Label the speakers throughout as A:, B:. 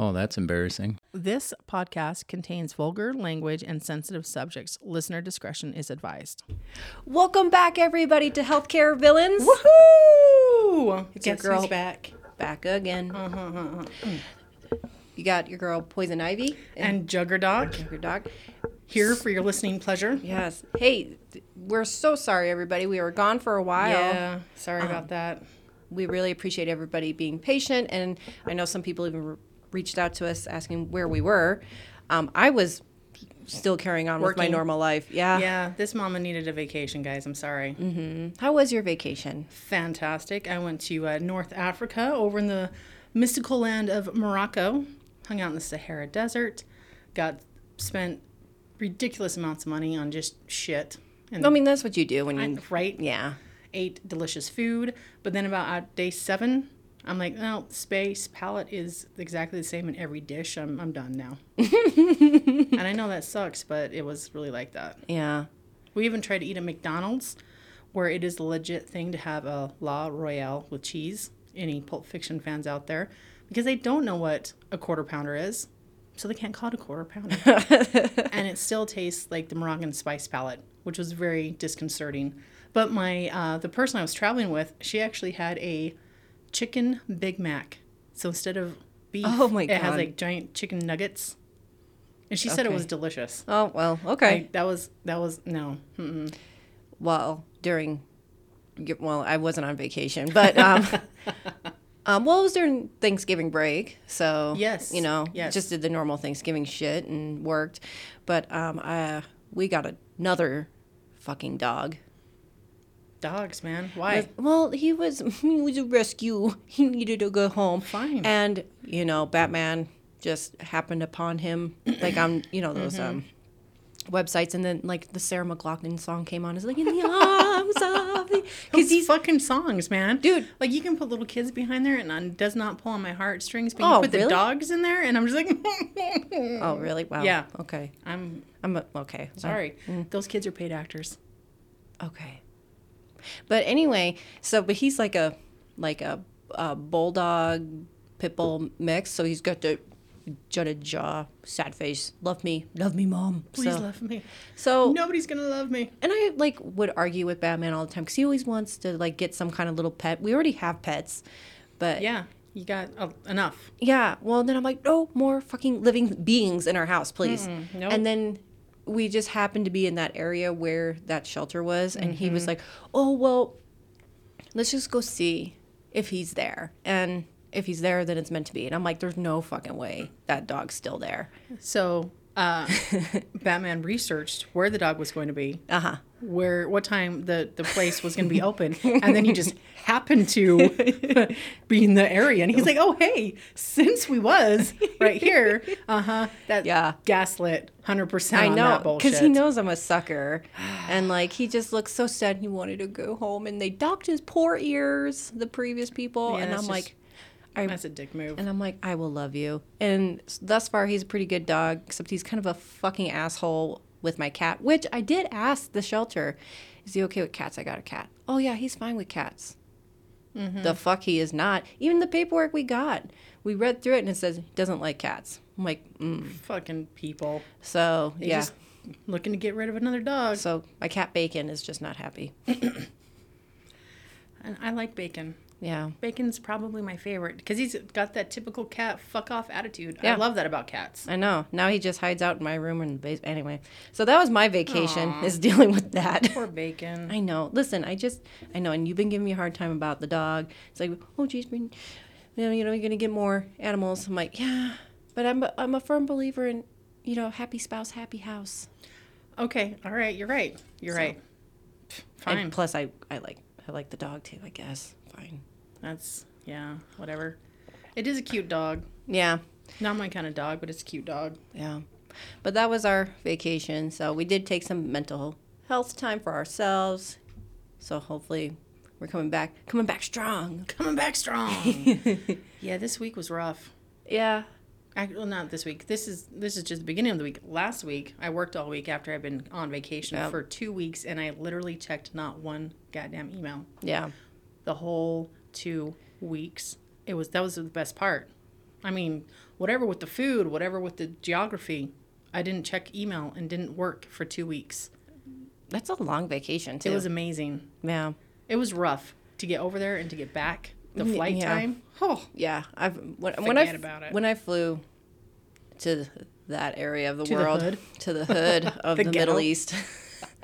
A: Oh, that's embarrassing.
B: This podcast contains vulgar language and sensitive subjects. Listener discretion is advised.
C: Welcome back, everybody, to Healthcare Villains.
B: Woohoo!
C: It's
B: Guess
C: your girl
B: who's back? Uh-huh,
C: Back again. You got your girl Poison Ivy
B: And Juggerdoc
C: your dog.
B: here for your listening pleasure.
C: Yes. Hey, th- we're so sorry, everybody. We were gone for a while.
B: Yeah, sorry about that.
C: We really appreciate everybody being patient, and I know some people even re- reached out to us asking where we were. Um, I was still carrying on with my
B: Working.
C: normal life. Yeah.
B: Yeah, this mama needed a vacation, guys. I'm sorry.
C: How was your vacation?
B: Fantastic. I went to uh, North Africa over in the mystical land of Morocco, hung out in the Sahara Desert, got spent ridiculous amounts of money on just shit. And
C: I mean, that's what you do when you.
B: right?
C: yeah.
B: ate delicious food. But then about uh, day seven, I'm like, no, space palette is exactly the same in every dish. I'm, I'm done now. and I know that sucks, but it was really like that.
C: Yeah.
B: We even tried to eat at McDonald's, where it is a legit thing to have a La Royale with cheese. Any Pulp Fiction fans out there, because they don't know what a quarter pounder is, so they can't call it a quarter pounder. and it still tastes like the Moroccan spice palette, which was very disconcerting. But my uh, the person I was traveling with, she actually had a chicken Big Mac. So instead of beef,
C: Oh my
B: it has
C: God.
B: like giant chicken nuggets. And she said it
C: Okay.
B: was delicious.
C: Oh, well, okay.
B: Like, that was that was no.
C: well during well i wasn't on vacation but um, um well it was during thanksgiving break so
B: Yes,
C: you know
B: yes.
C: just did the normal thanksgiving shit and worked but um uh we got another fucking dog
B: Dogs, man. Why?
C: well he was he was a rescue he needed to go home
B: Fine.
C: and you know batman just happened upon him like on you know those
B: Mm-hmm.
C: um websites and then like the sarah mclaughlin song came on it's like in the arms of the
B: Because these fucking songs, man.
C: Dude.
B: Like, you can put little kids behind there and it does not pull on my heartstrings, but
C: Oh,
B: you put the
C: really?
B: dogs in there, and I'm just like,
C: Oh, really? Wow.
B: Yeah.
C: Okay.
B: I'm
C: I'm a- okay.
B: sorry. Those kids are paid actors.
C: Okay. But anyway, so but he's like a like a, a bulldog pit bull mix. So he's got the jutted jaw, sad face. Love me, love me, mom.
B: Please
C: so,
B: love me.
C: So
B: Nobody's going to love me.
C: and I like would argue with Batman all the time because he always wants to like get some kind of little pet. We already have pets, but
B: Yeah, you got uh, enough.
C: Yeah. Well, then I'm like, no more fucking living beings in our house, please.
B: nope.
C: And then we just happened to be in that area where that shelter was, and he
B: Mm-hmm.
C: was like, oh well, let's just go see if he's there, and if he's there, then it's meant to be. And I'm like, there's no fucking way that dog's still there.
B: So, uh, Batman researched where the dog was going to be,
C: Uh huh.
B: where, what time the, the place was going to be open, and then he just happened to be in the area. And he's like, oh, hey, since we was right here, uh huh, that
C: Yeah.
B: gaslit 100%
C: I
B: on that
C: know,
B: bullshit.
C: because he knows I'm a sucker, and like he just looks so sad. He wanted to go home, and they docked his poor ears, the previous people,
B: Yeah,
C: and I'm
B: that's just-
C: like, I
B: That's a dick move.
C: And I'm like, I will love you. And s- thus far, he's a pretty good dog, except he's kind of a fucking asshole with my cat, which I did ask the shelter, is he okay with cats? I got a cat. Oh, yeah, he's fine with cats.
B: Mm-hmm.
C: The fuck he is not. Even the paperwork we got, we read through it and it says he doesn't like cats. I'm like, mm.
B: Fucking people.
C: so
B: They
C: yeah.
B: just looking to get rid of another dog.
C: So my cat Bacon is just not happy.
B: And I like Bacon.
C: Yeah.
B: Bacon's probably my favorite because he's got that typical cat fuck off attitude. I
C: Yeah.
B: love that about cats.
C: I know. Now he just hides out in my room in the basement. Anyway, so that was my vacation is dealing with that.
B: Poor Bacon.
C: I know. Listen, I just, I know, and you've been giving me a hard time about the dog. It's like, oh, geez, we, you know, you know, you're gonna get more animals. I'm like, yeah, but I'm, a, I'm a firm believer in, you know, happy spouse, happy house.
B: Okay, all right, you're right. You're
C: So-
B: right. Pff, Fine.
C: And plus, I, I like, I like the dog too. I guess. Fine.
B: That's yeah, whatever. It is a cute dog.
C: Yeah,
B: Not my kind of dog, but it's a cute dog.
C: yeah. But that was our vacation, so we did take some mental health time for ourselves. So hopefully, we're coming back, coming back strong.
B: Coming back strong. yeah, this week was rough.
C: Yeah.
B: Act- well, not this week. This is this is just the beginning of the week. Last week, I worked all week after I've been on vacation
C: Yep.
B: for two weeks, and I literally checked not one goddamn email
C: Yeah.
B: the whole two weeks. It was that was the best part. I mean, whatever with the food, whatever with the geography. I didn't check email and didn't work for two weeks.
C: That's a long vacation too.
B: It was amazing.
C: yeah.
B: It was rough to get over there and to get back. The
C: Mm,
B: flight
C: yeah.
B: time. Oh,
C: Yeah, I've when, when I
B: Forget about it.
C: when I flew to that area of the
B: To the
C: world
B: hood.
C: to the hood of
B: The
C: the, Middle
B: ghetto.
C: East.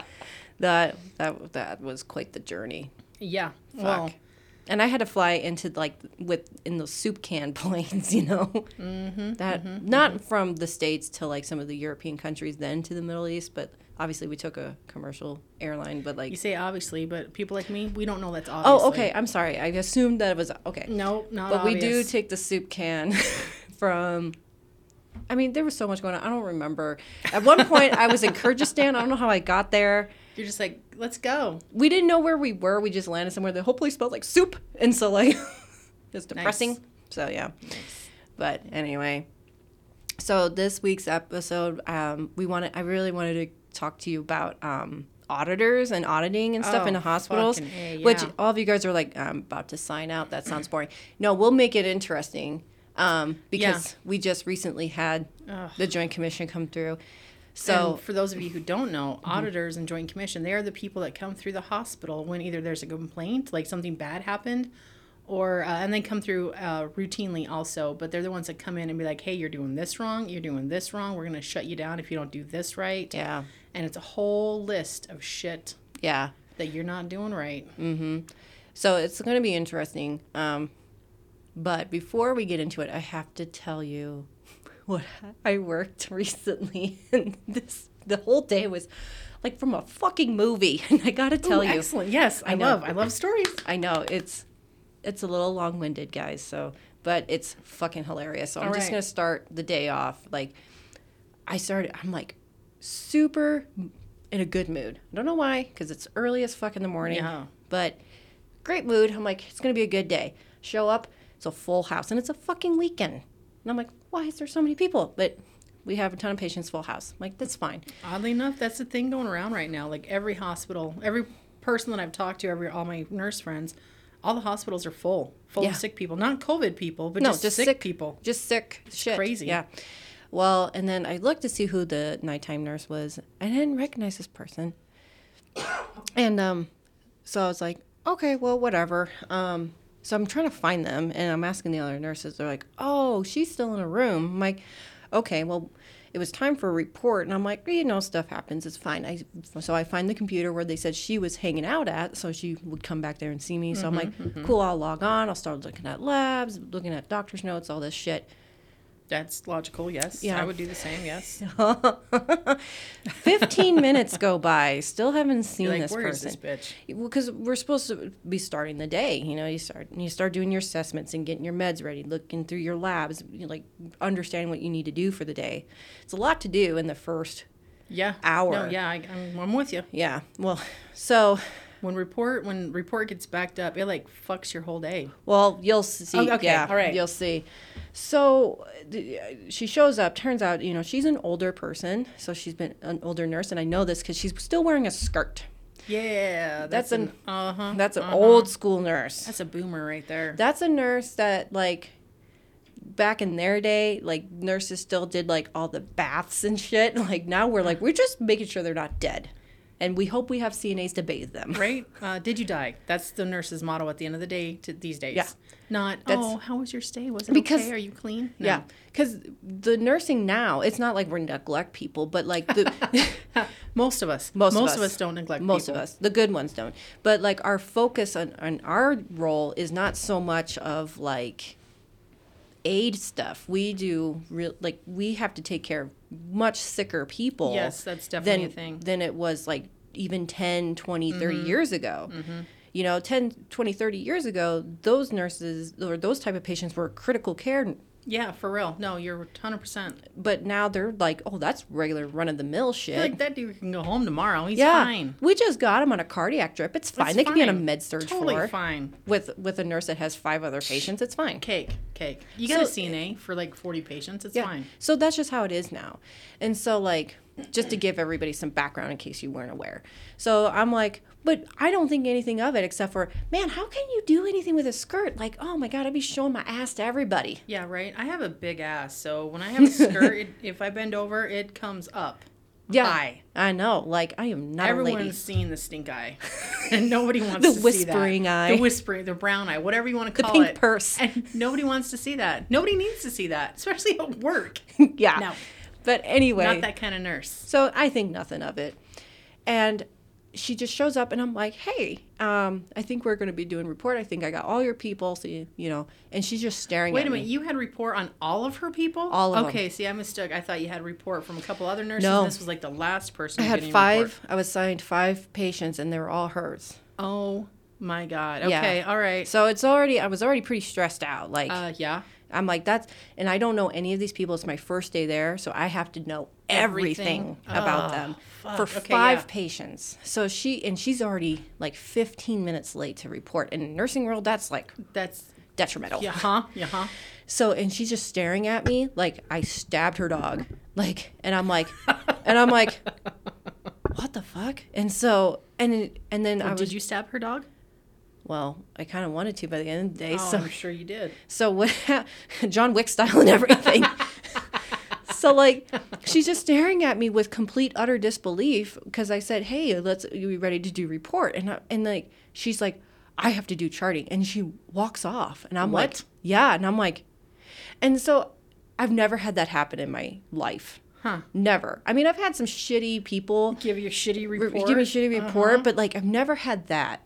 C: that that that was quite the journey.
B: yeah.
C: Fuck.
B: Well,
C: and I had to fly into like with in those soup can planes, you know. Mm-hmm, that not from the states to like some of the European countries, then to the Middle East. But obviously, we took a commercial airline. But like,
B: you say obviously, but people like me, we don't know that's obvious.
C: oh, okay. I'm sorry. I assumed that it was okay.
B: No, not
C: but we do
B: obvious.
C: take the soup can from i mean there was so much going on i don't remember at one point i was in kyrgyzstan i don't know how i got there
B: You're just like, let's go.
C: we didn't know where we were we just landed somewhere that hopefully smelled like soup and so like it's depressing so yeah but anyway so this week's episode um, we wanted i really wanted to talk to you about um, auditors and auditing and stuff
B: Oh,
C: in the hospitals
B: fucking A,
C: which
B: yeah.
C: all of you guys are like i'm about to sign out that sounds boring no we'll make it interesting um, because we just recently had
B: Ugh.
C: the joint commission come through so Mm-hmm.
B: So, for those of you who don't know, auditors and joint commission, they are the people that come through the hospital when either there's a complaint, like something bad happened, or uh, and they come through uh, routinely also. But they're the ones that come in and be like, "Hey, you're doing this wrong. You're doing this wrong. We're gonna shut you down if you don't do this right."
C: yeah
B: And it's a whole list of shit
C: yeah
B: that you're not doing right.
C: So it's going to be interesting. Um, but before we get into it, I have to tell you what I worked recently, and this the whole day was like from a fucking movie. And I got to tell
B: Ooh,
C: you,
B: excellent. Yes, I,
C: know.
B: love. I love stories.
C: I know it's it's a little long winded, guys. So, but it's fucking hilarious. So I'm
B: All
C: just
B: right.
C: gonna start the day off like I started. I'm like super in a good mood. I don't know why, because it's early as fuck in the morning.
B: Yeah.
C: But great mood. I'm like it's gonna be a good day. Show up. It's a full house, and it's a fucking weekend. And I'm like, why is there so many people? But we have a ton of patients, full house. I'm like that's fine.
B: Oddly enough, that's the thing going around right now. Like every hospital, every person that I've talked to, every all my nurse friends, all the hospitals are full, full
C: Yeah.
B: of sick people. Not COVID people, but
C: No,
B: just,
C: just
B: sick,
C: sick.
B: people.
C: just sick shit.
B: crazy.
C: Yeah. Well, and then I looked to see who the nighttime nurse was. I didn't recognize this person. And um, so I was like, okay, well, whatever. Um, so I'm trying to find them, and I'm asking the other nurses. They're like, oh, she's still in her room. I'm like, okay, well, it was time for a report, and I'm like, you know, stuff happens. It's fine. I so I find the computer where they said she was hanging out at, so she would come back there and see me. So
B: Mm-hmm,
C: I'm like, cool, I'll log on. I'll start looking at labs, looking at doctor's notes, all this shit.
B: That's logical. Yes,
C: Yeah.
B: I would do the same. Yes,
C: 15 minutes go by. Still haven't seen
B: You're like,
C: this
B: where is
C: person.
B: this bitch?
C: Because we're supposed to be starting the day, you know, you start you start doing your assessments and getting your meds ready, looking through your labs, you like understanding what you need to do for the day. It's a lot to do in the first.
B: Yeah,
C: Hour.
B: No, yeah, I, I'm, I'm with you.
C: Yeah. Well, so
B: When report when report gets backed up, it like fucks your whole day.
C: Well, you'll see.
B: Oh, okay.
C: Yeah,
B: All right.
C: You'll see. So d- uh, she shows up. Turns out, you know, she's an older person. So she's been an older nurse, and I know this because she's still wearing a skirt.
B: Yeah,
C: That's an-
B: uh huh.
C: That's an old school nurse.
B: That's a boomer right there.
C: That's a nurse that like back in their day, like nurses still did like all the baths and shit. Like now we're like we're just making sure they're not dead, and we hope we have CNAs to bathe them.
B: Right? Uh, did you die? That's the nurse's motto at the end of the day to these days.
C: Yeah.
B: Not
C: That's-
B: oh, how was your stay? Was it
C: Because-
B: okay? Are you clean? No.
C: Yeah, because the nursing now, it's not like we neglect people, but like the
B: Most of us.
C: Most of
B: of
C: us.
B: us don't neglect
C: most
B: people.
C: of us the good ones don't but like our focus on, on our role is not so much of like aid stuff we do real like we have to take care of much sicker people
B: Yes, that's definitely a
C: than,
B: thing. Mm-hmm.
C: than it was like even 10 20 30 years ago you know 10 20 30 years ago those nurses or those type of patients were critical care
B: Yeah, for real. No, you're 100%.
C: but now they're like oh that's regular run-of-the-mill shit
B: Like, that dude can go home tomorrow. He's fine.
C: we just got him on a cardiac drip. It's fine.
B: It's
C: they could be on a
B: fine.
C: med surge
B: Totally
C: floor
B: fine.
C: with with a nurse that has five other patients. It's fine.
B: Cake, cake. You got
C: So-
B: a CNA for like 40 patients. It's
C: Yeah.
B: fine.
C: So that's just how it is now. And so like just to give everybody some background in case you weren't aware. So I'm like, but I don't think anything of it except for, man, how can you do anything with a skirt? Like, oh my God, I'd be showing my ass to everybody.
B: Yeah, right. I have a big ass, so when I have a skirt, it, if I bend over, it comes up.
C: Yeah.
B: High.
C: I know. Like, I am not a lady.
B: Everyone's seen the stink eye, and nobody wants
C: The
B: to see
C: whispering
B: that.
C: eye.
B: the whispering, the brown eye, whatever you want to
C: The
B: call
C: pink
B: it.
C: purse.
B: And nobody wants to see that. Nobody needs to see that, especially at work.
C: yeah.
B: No.
C: But anyway.
B: Not that kind of nurse.
C: So I think nothing of it. And she just shows up, and I'm like, hey, um, I think we're going to be doing report. I think I got all your people. So, you, you know, and she's just staring
B: Wait
C: at
B: a
C: me.
B: minute, you had report on all of her people?
C: All of 'em.
B: Okay, see, I mistook. I thought you had report from a couple other nurses.
C: No.
B: This was like the last person.
C: I had
B: getting
C: five.
B: report.
C: I was assigned five patients, and they were all hers.
B: Oh my god.
C: Yeah.
B: Okay, all right.
C: So it's already. I was already pretty stressed out. Like
B: Uh, yeah.
C: I'm like that's, and I don't know any of these people. It's my first day there, so I have to know everything,
B: Everything.
C: about
B: Oh,
C: them
B: fuck.
C: for
B: Okay,
C: five
B: yeah.
C: patients. So she and she's already like 15 minutes late to report. And in nursing world, that's like
B: That's
C: detrimental.
B: yeah, huh? Yeah, huh?
C: So and she's just staring at me like I stabbed her dog. Like and I'm like and I'm like what the fuck? And so and it- and then I was
B: Did you stab her dog?
C: well, I kind of wanted to by the end of the day.
B: Oh,
C: so
B: I'm sure you did.
C: so what hap- John Wick style and everything. so like she's just staring at me with complete utter disbelief because I said, "Hey, let's you be ready to do report." And I, and like she's like, "I have to do charting." And she walks off. And I'm like,
B: What?
C: "Yeah." And I'm like and so I've never had that happen in my life.
B: Huh.
C: Never. I mean, I've had some shitty people
B: Give your shitty
C: re-
B: report. Uh-huh.
C: give me shitty report, but like I've never had that.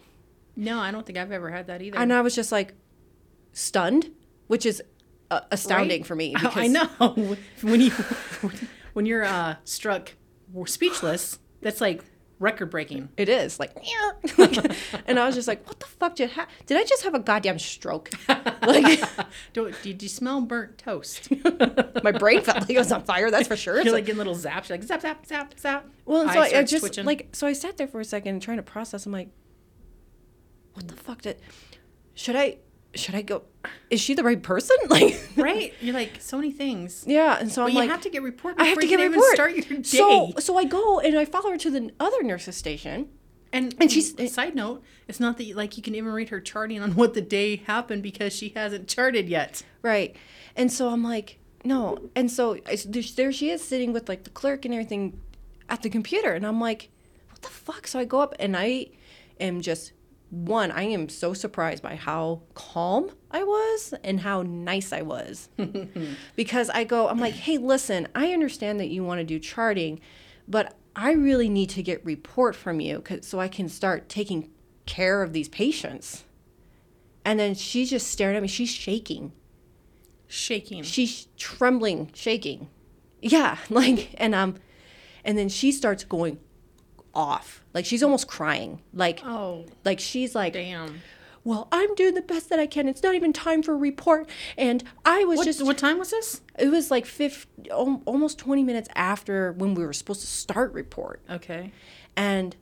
B: No, I don't think I've ever had that either.
C: And I was just like stunned, which is uh, astounding
B: Right?
C: for me.
B: I- I know when you when you're uh, struck speechless, that's like record breaking.
C: It is like, like- and I was just like, "What the fuck did ha- did I just have a goddamn stroke? Like
B: Do, did you smell burnt toast?
C: my brain felt like it was on fire. That's for sure."
B: You're
C: It's
B: like
C: like,
B: getting little zaps. You're like zap zap zap zap.
C: well, and so
B: Eyes
C: I, I
B: starts
C: just
B: twitching.
C: like so I sat there for a second trying to process. I'm like, "What the fuck did? Should I? Should I go? Is she the right person? Like,
B: right. You're like so many things.
C: yeah." And so
B: But
C: I'm
B: you
C: like,
B: have to get report. Before
C: "I have to
B: you
C: get
B: can
C: a
B: even
C: report."
B: Start your day.
C: So so I go and I follow her to the other nurses station.
B: and
C: and she's-
B: side note. It's not that you, like you can even read her charting on what the day happened because she hasn't charted yet.
C: Right. And so I'm like, no. And so I, there, there she is sitting with like the clerk and everything at the computer. And I'm like, what the fuck? So I go up and I am just, one, I am so surprised by how calm I was and how nice I was. because I go, I'm like, hey, listen, I understand that you want to do charting, but I really need to get report from you 'cause- so I can start taking care of these patients. And then she's just staring at me. She's shaking
B: Shaking.
C: she's trembling, shaking. Yeah, like and um and then she starts going off. Like she's almost crying. Like
B: Oh
C: like she's like,
B: damn.
C: "Well, I'm doing the best that I can. It's not even time for report." And I was
B: What,
C: just
B: what time was this?
C: it was like 50, almost 20 minutes after when we were supposed to start report.
B: Okay.
C: And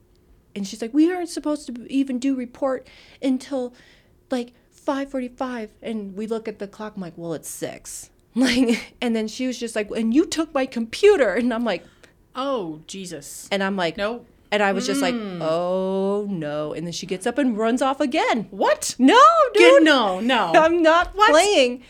C: and she's like, "We aren't supposed to even do report until like 5:45." And we look at the clock. I'm like, "Well, it's 6." Like, and then she was just like, "And you took my computer." And I'm like,
B: Oh Jesus.
C: and I'm like,
B: Nope. Mm.
C: And I was just like, "Oh no." And then she gets up and runs off again.
B: What?
C: No,
B: Good-
C: dude.
B: no, no.
C: I'm not playing.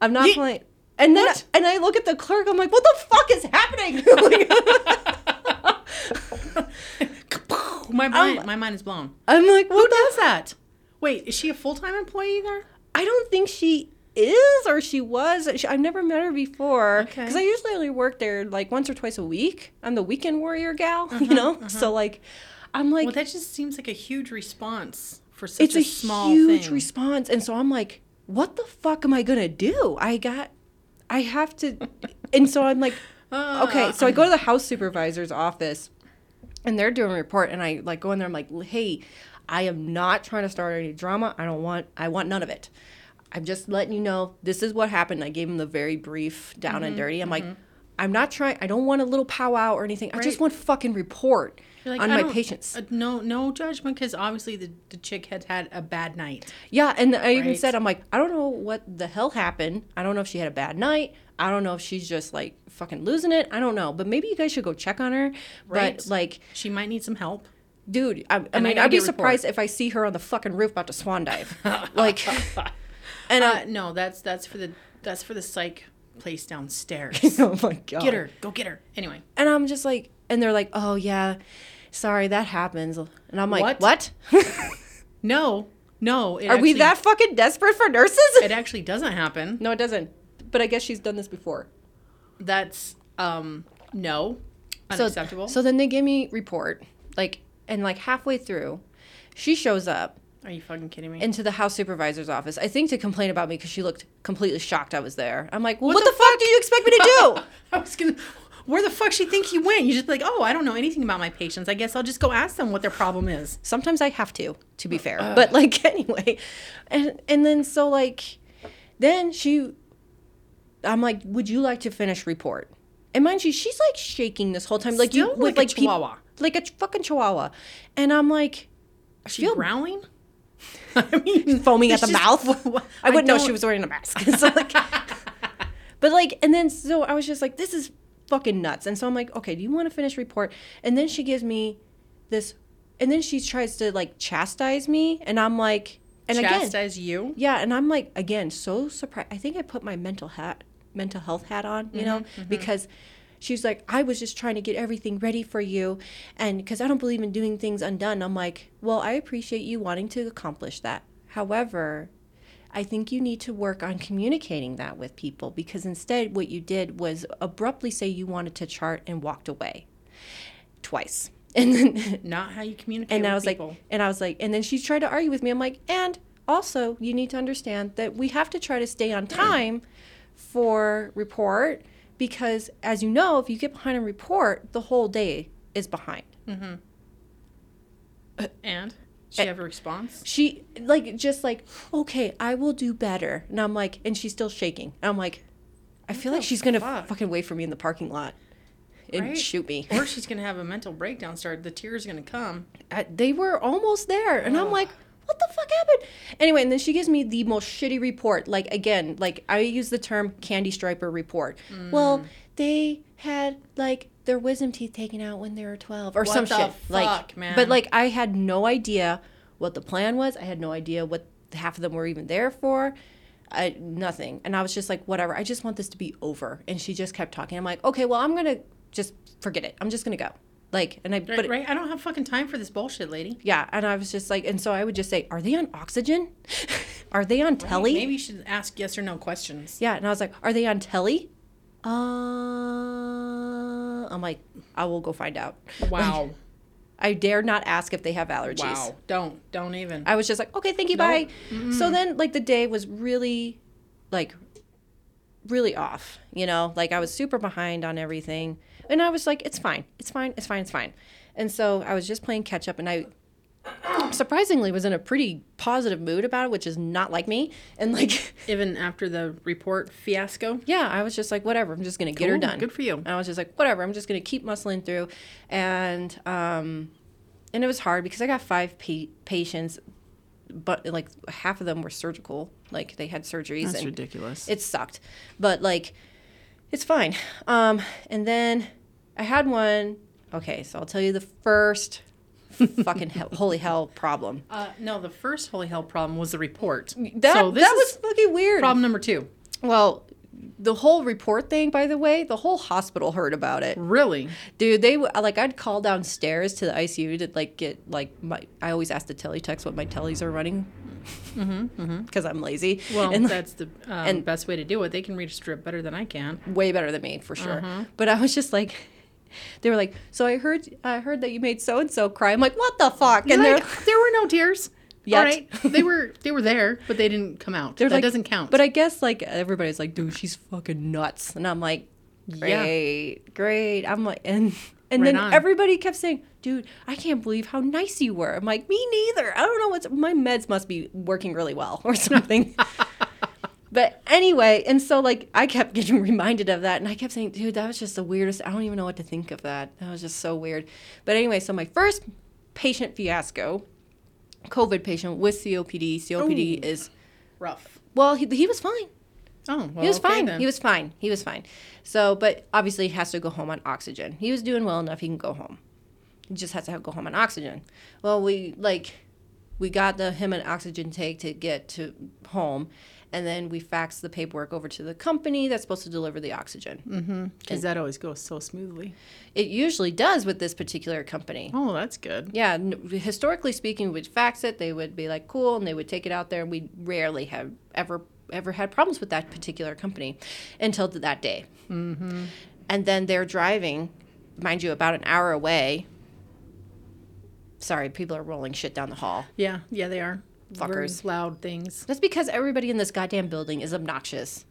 C: I'm not
B: Ye-
C: playing. And then
B: What?
C: and I look at the clerk. I'm like, "What the fuck is happening?" Like,
B: my mind, my mind is blown.
C: I'm like,
B: Who
C: "What the
B: does that? Wait, is she a full time employee there?
C: I don't think she is or she was. She, I've never met her before
B: Okay.
C: because I usually only work there like once or twice a week. I'm the weekend warrior gal,
B: Uh-huh,
C: you know. So like, I'm like,
B: Well, that just seems like a huge response for such
C: it's
B: a,
C: a,
B: small
C: huge
B: thing.
C: response, and so I'm like, what the fuck am I gonna do? I got, I have to, and so I'm like,
B: Ah.
C: okay. So I go to the house supervisor's office, and they're doing a report, and I like go in there. I'm like, hey, I am not trying to start any drama. I don't want. I want none of it.
B: Mm-hmm,
C: I'm just letting you know this is what happened. I gave him the very brief, down and dirty. I'm like, I'm not trying. I don't want a little powwow or anything. I just
B: Right.
C: want fucking report
B: You're like,
C: on
B: I
C: my
B: don't-
C: patients.
B: uh, no, no judgment, because obviously the, the chick had had a bad night.
C: Yeah, and I even
B: Right.
C: said, I'm like, I don't know what the hell happened. I don't know if she had a bad night. I don't know if she's just like fucking losing it. I don't know, but maybe you guys should go check on her.
B: Right.
C: But like,
B: She might need some help.
C: dude, I, I
B: I
C: mean,
B: gotta
C: I'd be
B: get a report.
C: surprised if I see her on the fucking roof about to swan dive. like, and
B: Uh,
C: I,
B: no, that's that's for the that's for the psych place downstairs.
C: oh my god,
B: Uh, get her, go get her. Anyway,
C: And I'm just like, and they're like, oh yeah, sorry that happens. And I'm like, what?
B: What? no, no. It
C: Are we
B: actually-
C: that fucking desperate for nurses?
B: It actually doesn't happen.
C: no, it doesn't. But I guess she's done this before.
B: That's um no,
C: So-
B: unacceptable.
C: So, then they give me report, like, and like halfway through, she shows up
B: Are you fucking kidding me?
C: into the house supervisor's office. I think to complain about me because she looked completely shocked I was there. I'm like, well, what, the, fuck? do you expect me to do?
B: I was gonna. Where the fuck she think you went? You just be like, oh, I don't know anything about my patients. I guess I'll just go ask them what their problem is.
C: Sometimes I have to, to be fair. But like anyway, and and then so like, then she, I'm like, would you like to finish report? And mind you, she's like shaking this whole time, like you
B: Still like
C: with
B: a
C: like peop-
B: chihuahua.
C: like a ch- fucking chihuahua. And I'm like,
B: Is she
C: feel-
B: growling? I mean,
C: foaming at
B: it's
C: the
B: just-
C: mouth. I wouldn't know
B: don't-
C: she was wearing a mask. So, like- but like, and then so I was just like, this is fucking nuts. And so I'm like, okay, do you want to finish report? And then she gives me this, and then she tries to like chastise me, and I'm like, and again,
B: chastise you.
C: yeah, and I'm like, again, so surprised. I think I put my mental hat, mental health hat on, you know, because. She's like, I was just trying to get everything ready for you. And because I don't believe in doing things undone, I'm like, well, I appreciate you wanting to accomplish that. However, I think you need to work on communicating that with people because instead, what you did was abruptly say you wanted to chart and walked away twice. And then,
B: Not how you communicate.
C: and
B: with
C: I was
B: people.
C: like, and I was like, and then she tried to argue with me. I'm like, and also, you need to understand that we have to try to stay on time for report because, as you know, if you get behind on report, the whole day is behind.
B: and she
C: eh,
B: have a response.
C: She like just like, okay, I will do better, and I'm like, and she's still shaking. And I'm like, I feel like
B: the
C: she's gonna
B: fuck?
C: fucking wait for me in the parking lot and
B: Right?
C: shoot me.
B: Or she's gonna have a mental breakdown. Start the tears gonna come.
C: I, they were almost there and i'm like what the fuck happened anyway and then she gives me the most shitty report like again like i use the term candy striper report
B: Mm.
C: well they had like their wisdom teeth taken out when they were 12 or some
B: the
C: shit like
B: fuck, man?
C: but like i had no idea what the plan was i had no idea what half of them were even there for I, nothing and i was just like whatever i just want this to be over and she just kept talking i'm like okay well i'm gonna just forget it i'm just gonna go like and i
B: Right,
C: but
B: right? I don't have fucking time for this bullshit, lady.
C: yeah, and I was just like, and so I would just say, "Are they on oxygen? are they on telly?"
B: Maybe you should ask yes or no questions.
C: Yeah, and I was like, "Are they on telly?" Uh, I'm like, I will go find out.
B: Wow.
C: I dare not ask if they have allergies.
B: Wow. Don't. Don't even.
C: I was just like, okay, thank you, bye. So then, like, the day was really, like, really off, you know? Like, I was super behind on everything. And I was like, it's fine, it's fine, it's fine, it's fine. And so I was just playing catch up, and I surprisingly was in a pretty positive mood about it, which is not like me. And, like,
B: even after the report fiasco.
C: yeah, I was just like, whatever, I'm just gonna get her
B: Ooh,
C: done.
B: Good for you.
C: And I was just like, whatever, I'm just gonna keep muscling through, and um, and it was hard because I got five pa- patients, but like half of them were surgical, like they had surgeries, and
B: ridiculous.
C: it sucked, but like it's fine. Um, and then I had one. Okay, so I'll tell you the first fucking hell, holy hell problem.
B: Uh, no, the first holy hell problem was the report.
C: That
B: so this
C: that
B: is
C: was fucking weird.
B: problem number two.
C: Well, the whole report thing, by the way, the whole hospital heard about it.
B: Really?
C: Dude, they w- like I'd call downstairs to the ICU to like get like my. I always ask the teletext what my tellies are running because I'm lazy.
B: Mm-hmm, Well,
C: and like,
B: that's the um, best way to do it. They can read a strip better than I can.
C: way better than me for sure.
B: Mm-hmm.
C: But I was just like, they were like, so I heard I heard that you made so and so cry. I'm like, what the fuck? And
B: like,
C: they're
B: there were no tears.
C: Yet.
B: All right, they were they were there, but they didn't come out.
C: they're
B: That
C: like,
B: doesn't count.
C: But I guess like everybody's like, dude, she's fucking nuts, and I'm like,
B: Yeah.
C: great, great. I'm like, and and
B: Right
C: then
B: on.
C: everybody kept saying, dude, I can't believe how nice you were. I'm like, me neither. I don't know what's my meds must be working really well or something. But anyway, and so like I kept getting reminded of that, and I kept saying, dude, that was just the weirdest. I don't even know what to think of that. That was just so weird. But anyway, so my first patient fiasco, COVID patient with COPD. COPD
B: Ooh.
C: is
B: Rough.
C: well, he, he was fine.
B: Oh, well,
C: He was
B: okay
C: fine.
B: Then.
C: He was fine. He was fine. So, but obviously, he has to go home on oxygen. He was doing well enough. He can go home. He just has to have, go home on oxygen. Well, we like, we got the him an oxygen tank to get to home, and then we faxed the paperwork over to the company that's supposed to deliver the oxygen.
B: Mm. Because that always goes so smoothly.
C: It usually does with this particular company.
B: Oh, that's good.
C: Yeah, n- historically speaking, we'd fax it. They would be like, cool, and they would take it out there. And we rarely have ever ever had problems with that particular company until th- that day. Mm-hmm. And then they're driving, mind you, about an hour away. Sorry, people are rolling shit down the hall.
B: Yeah, yeah, they are. Very
C: Fuckers.
B: loud things.
C: That's because everybody in this goddamn building is obnoxious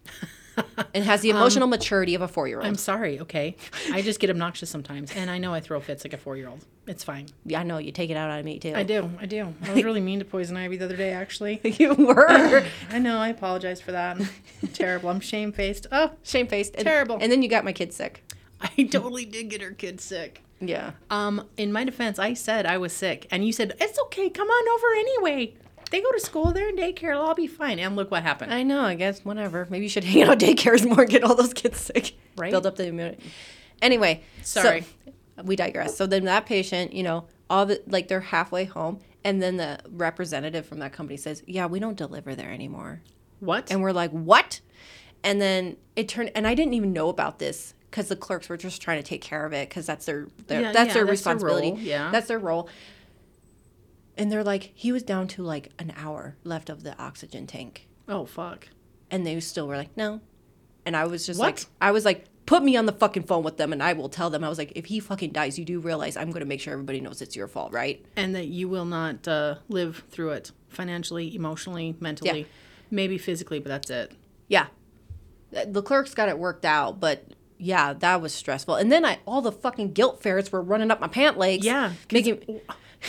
C: and has the emotional maturity of a four year
B: I'm
C: old.
B: sorry, okay? I just get obnoxious sometimes, and I know I throw fits like a four year old. It's fine.
C: Yeah, I know you take it out on me too.
B: I do, I do. I was really mean to Poison Ivy the other day, actually.
C: you were
B: I know, I apologize for that. I'm terrible. I'm shame faced. Oh,
C: shamefaced. And,
B: Terrible.
C: And then you got my kid sick.
B: I totally did get her kid sick.
C: Yeah.
B: Um, in my defense, I said I was sick, and you said it's okay. Come on over anyway. They go to school. They're in daycare. I'll all be fine. And look what happened.
C: I know. I guess whatever. Maybe you should hang out at daycares more and get all those kids sick.
B: Right?
C: Build up the immunity. Anyway, so-
B: Sorry.
C: we digress. So then that patient, you know, all the like they're halfway home, and then the representative from that company says, "Yeah, we don't deliver there anymore."
B: What?
C: And we're like, "What?" And then it turned, and I didn't even know about this because the clerks were just trying to take care of it because that's their, their
B: Yeah,
C: that's
B: yeah, that's
C: their
B: their role,
C: responsibility.
B: yeah.
C: that's their role. And they're like, he was down to like an hour left of the oxygen tank
B: oh fuck.
C: and they still were like no and i was just
B: What?
C: like i was like put me on the fucking phone with them and i will tell them i was like if he fucking dies you do realize i'm going to make sure everybody knows it's your fault right
B: And that you will not uh, live through it financially, emotionally, mentally,
C: Yeah.
B: maybe physically, but that's it.
C: yeah Th- the clerks got it worked out but yeah that was stressful and then i all the fucking guilt ferrets were running up my pant legs
B: Yeah, 'cause-
C: making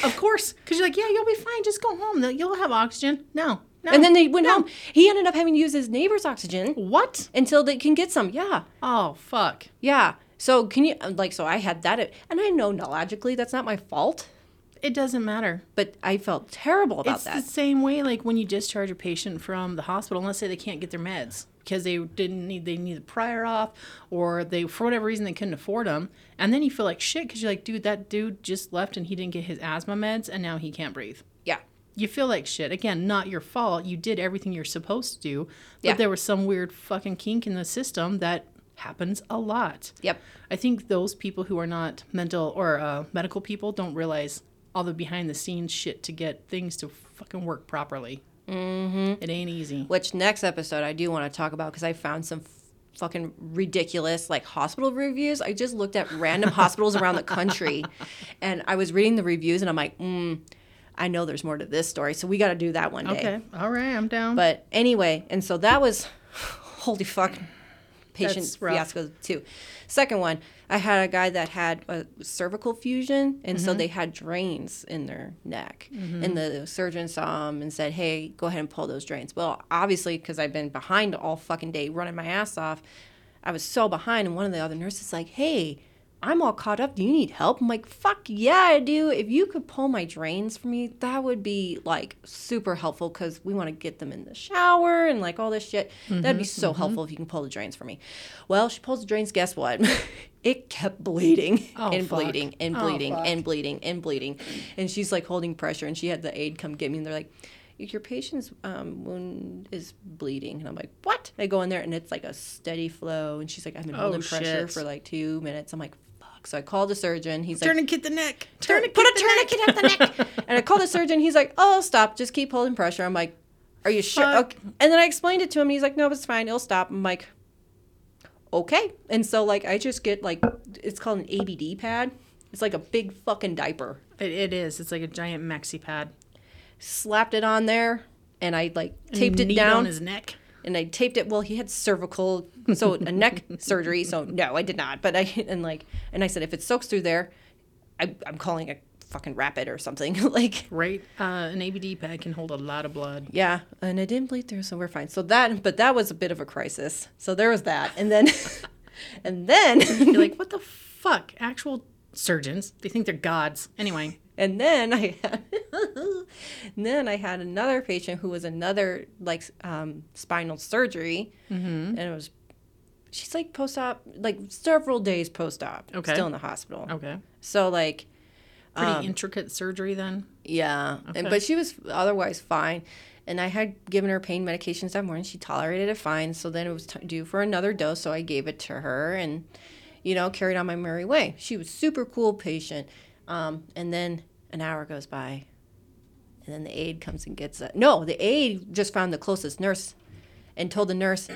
B: Of course, because you're like, yeah, you'll be fine. Just go home. You'll have oxygen. No, no.
C: and then they went home he ended up having to use his neighbor's oxygen
B: what?
C: until they can get some yeah
B: Oh fuck.
C: yeah so can you uh, like so i had that and i know logically that's not my fault
B: It doesn't matter.
C: but i felt terrible about
B: it's
C: that
B: the same way like when you discharge a patient from the hospital let's say they can't get their meds because they didn't need they needed prior off or they for whatever reason they couldn't afford them and then you feel like shit because you're like dude that dude just left and he didn't get his asthma meds and now he can't breathe
C: yeah
B: you feel like shit again not your fault you did everything you're supposed to do but
C: Yeah.
B: there was some weird fucking kink in the system that happens a lot
C: Yep.
B: I think those people who are not mental or uh, medical people don't realize all the behind the scenes shit to get things to fucking work properly. Mm-hmm. It ain't easy.
C: Which next episode I do want to talk about because I found some f- fucking ridiculous like hospital reviews. I just looked at random hospitals around the country, and I was reading the reviews and I'm like, mm, I know there's more to this story, so we got to do that one day.
B: Okay. All right. I'm down.
C: But anyway, and so that was holy fuck patient
B: That's rough.
C: fiasco too. Second one, I had a guy that had a cervical fusion, and
B: Mm-hmm.
C: so they had drains in their neck, and the surgeon saw him and said, "Hey, go ahead and pull those drains." Well, obviously, because I've been behind all fucking day running my ass off, I was so behind, and one of the other nurses like, "Hey." I'm all caught up. Do you need help? I'm like, fuck yeah, I do. If you could pull my drains for me, that would be like super helpful because we want to get them in the shower and like all this shit.
B: Mm-hmm,
C: That'd be so helpful if you can pull the drains for me. Well, she pulls the drains. Guess what? it kept bleeding
B: Oh,
C: and
B: fuck.
C: bleeding and
B: Oh,
C: bleeding
B: fuck.
C: and bleeding and bleeding. And she's like holding pressure and she had the aide come get me and they're like, your patient's um, wound is bleeding. And I'm like, what? I go in there and it's like a steady flow. And she's like, I've been
B: Oh,
C: holding pressure
B: shit.
C: for like two minutes. I'm like, fuck. So I called the surgeon. He's like,
B: tourniquet the neck. Tourniquet.
C: put a tourniquet at the neck. and I called the surgeon. He's like, oh, stop. Just keep holding pressure. I'm like, are you sure?
B: Fuck.
C: Okay. And then I explained it to him. He's like, no, it's fine. It'll stop. I'm like, okay. And so, like, I just get, like, it's called an ABD pad. It's like a big fucking diaper.
B: It, it is. It's like a giant maxi pad.
C: Slapped it on there. And I like taped it
B: Knee
C: down
B: on his neck.
C: and I taped it. Well, he had cervical, so a neck surgery. So no, I did not. But I and like and I said if it soaks through there, I, I'm calling a fucking wrap it or something. like,
B: Right? Uh, an ABD bag can hold a lot of blood.
C: yeah. And it didn't bleed through, so we're fine. So that, but that was a bit of a crisis. So there was that. And then, and then,
B: You're like, what the fuck? Actual surgeons, they think they're gods. Anyway,
C: and then I had, and then I had another patient who was another like um, spinal surgery. And it was, she's like post op, like several days post op,
B: Okay.
C: still in the hospital.
B: okay.
C: So like,
B: Pretty
C: Um,
B: intricate surgery then.
C: Yeah, and,
B: Okay.
C: but she was otherwise fine. And I had given her pain medications that morning. She tolerated it fine. So then it was t- due for another dose. So I gave it to her and, you know, carried on my merry way. She was super cool patient. Um, and then an hour goes by. And then the aide comes and gets it. No, the aide just found the closest nurse and told the nurse,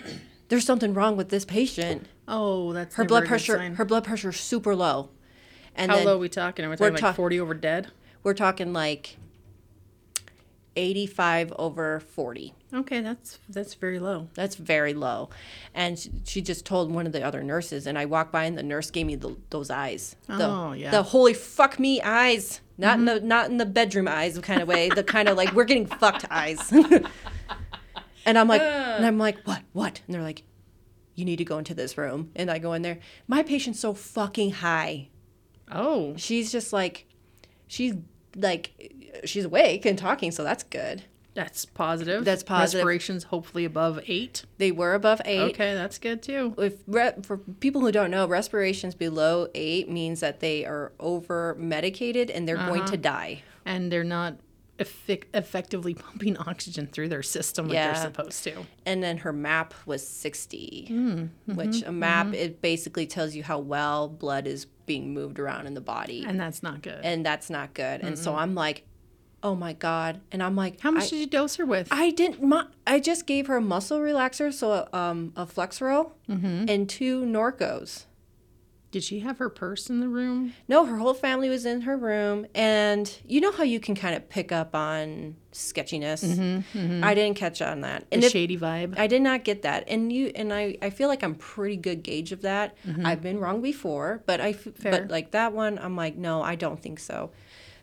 C: there's something wrong with this patient.
B: Oh, that's
C: Her
B: never a
C: blood
B: good
C: pressure,
B: sign.
C: her blood pressure is super low. And
B: How
C: then,
B: low are we talking? Are we talking like
C: talk-
B: 40 over dead?
C: we're talking like 85 over 40
B: Okay, that's that's very low.
C: that's very low and she, she just told one of the other nurses and i walked by and the nurse gave me the, those eyes the,
B: Oh, yeah. Mm-hmm.
C: the holy fuck me eyes not in the not in the bedroom eyes kind of way the kind of like we're getting fucked eyes and i'm like and i'm like what what and they're like you need to go into this room and i go in there my patient's so fucking high
B: Oh,
C: she's just like she's like she's awake and talking so that's good
B: that's positive.
C: That's positive.
B: Respirations hopefully above eight.
C: they were above eight
B: Okay, that's good too.
C: if re- for people who don't know respirations below eight means that they are over medicated and they're going
B: Uh-huh.
C: to die
B: And they're not effic- effectively pumping oxygen through their system like
C: Yeah.
B: they're supposed to.
C: and then her map was 60
B: Hmm. Mm-hmm.
C: which a map it basically tells you how well blood is being moved around in the body and,
B: And that's not good.
C: that's not good and so i'm like oh my god and i'm like
B: How much
C: I-
B: did you dose her with?
C: I didn't. My, I just gave her a muscle relaxer, so um, a Flexeril
B: Mm-hmm.
C: and two Norcos.
B: Did she have her purse in the room?
C: No, her whole family was in her room, and you know how you can kind of pick up on sketchiness. I didn't catch on that, and
B: Mm-hmm, The
C: if,
B: shady vibe.
C: I did not get that. And you and I, I feel like I'm pretty good gauge of that. I've been wrong before, but I, f-
B: Mm-hmm. Fair.
C: but like that one, I'm like, no, I don't think so.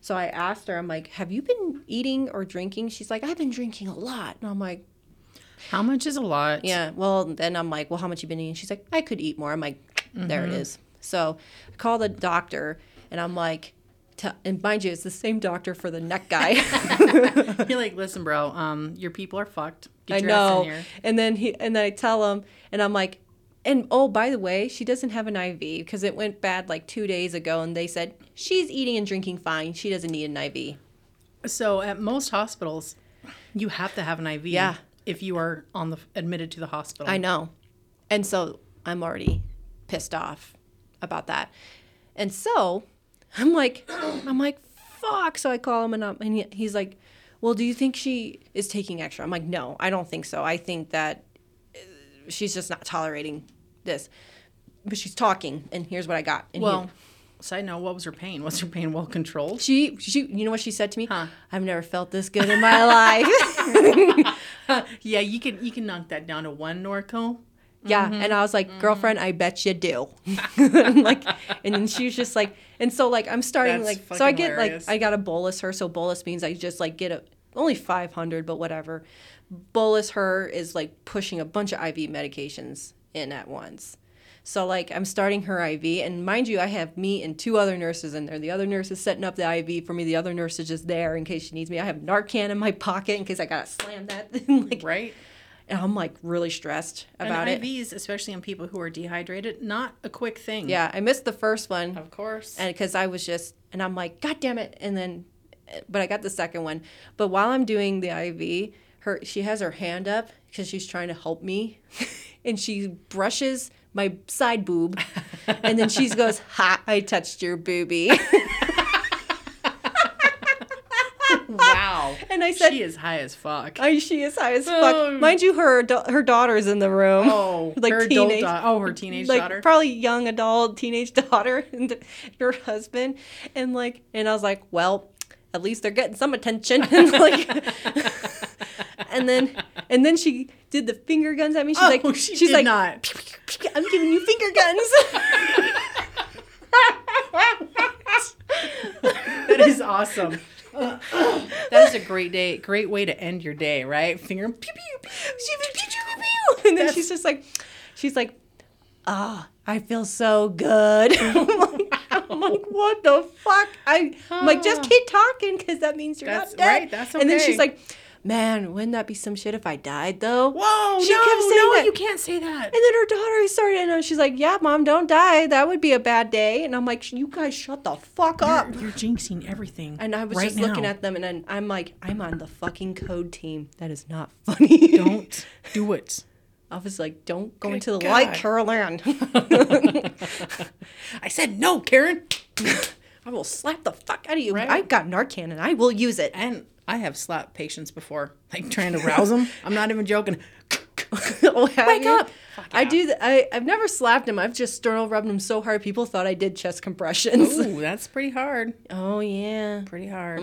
C: So I asked her, I'm like, have you been eating or drinking? She's like, I've been drinking a lot, and I'm like.
B: How much is a lot?
C: Yeah. Well, then I'm like, well, how much you been eating? She's like, I could eat more. I'm like, there it
B: Mm-hmm.
C: is. So I call the doctor and I'm like, t- and mind you, it's the same doctor for the neck guy.
B: You're like, listen, bro, um, your people are fucked. Get
C: I
B: your ass in
C: know.
B: here.
C: And then he and then I tell him, and I'm like, and oh, by the way, she doesn't have an IV because it went bad like two days ago, and they said she's eating and drinking fine. She doesn't need an IV.
B: So at most hospitals, you have to have an IV
C: Yeah.
B: if you are on the admitted to the hospital.
C: I know. And so I'm already pissed off about that. And so I'm like, I'm like, fuck. So I call him and, I'm, and he- he's like, well, do you think she is taking extra? I'm like, no, I don't think so. I think that uh, she's just not tolerating this. But she's talking, and here's what I got. And he-
B: Well, side note, what was her pain? Was her pain well controlled?
C: she, she, you know what she said to me? I've never felt this good in my life.
B: Yeah, you can you can knock that down to one Norco.
C: Yeah. And I was like, girlfriend, I bet you do. And, like, and then she was just like, and so like I'm starting
B: That's
C: like, so I
B: fucking
C: get
B: hilarious.
C: like, I got to bolus her. So bolus means I just like get a, only 500, but whatever. Bolus her is like pushing a bunch of IV medications in at once. So like I'm starting her IV, and mind you, I have me and two other nurses in there. The other nurse is setting up the IV for me. The other nurse is just there in case she needs me. I have Narcan in my pocket in case I gotta slam that. thing. like,
B: Right?
C: and I'm like really stressed about it.
B: and IVs, especially on people who are dehydrated, not a quick thing.
C: Yeah, I missed the first one
B: Of course.
C: and because I was just and I'm like, God damn it! And then, but I got the second one. But while I'm doing the IV, her she has her hand up because she's trying to help me, and she brushes my side boob, and then she goes, "Ha! I touched your boobie."
B: wow.
C: And I said,
B: she is high as fuck.
C: I, "She is high as
B: Oh.
C: fuck." Mind you, her ado- her daughter's in the room.
B: Oh,
C: like
B: her adult
C: teenage.
B: da- oh, her teenage
C: like
B: daughter.
C: probably young adult teenage daughter and her husband and like and i was like well at least they're getting some attention and like and then and then she did the finger guns at me she's
B: oh,
C: like
B: she
C: she's
B: did
C: like
B: not.
C: i'm giving you finger guns
B: that is awesome. that is a great day, great way to end your day, right? Finger pew pew pew.
C: She went, "Pew, pew, pew, pew." And then she's just like, she's like, ah, I feel so good. I'm like, I'm like, what the fuck? I, am like, just keep talking because that means you're
B: That's
C: not dead.
B: right, that's
C: And then
B: okay.
C: she's like, man, wouldn't that be some shit if I died though?
B: Whoa!
C: She
B: no,
C: kept saying
B: no,
C: that.
B: you can't say that.
C: And then her daughter started, and she's like, yeah, mom, don't die. That would be a bad day. And I'm like, you guys shut the fuck up.
B: You're, you're jinxing everything.
C: And I was
B: right
C: just looking
B: now.
C: at them, and then I'm like, I'm on the fucking code team. That is not funny.
B: Don't do it.
C: I was like, don't go
B: Good
C: into the
B: God.
C: light, Carol Ann.
B: I said no, Karen.
C: I will slap the fuck out of you.
B: Right.
C: I've got Narcan and I will use it.
B: And I have slapped patients before, like trying to rouse them. I'm not even joking.
C: Oh, have
B: Wake
C: you?
B: up.
C: I do. Th- I I've never slapped him. I've just sternal rubbed him so hard people thought I did chest compressions.
B: Ooh, that's pretty hard.
C: Oh yeah.
B: Pretty hard.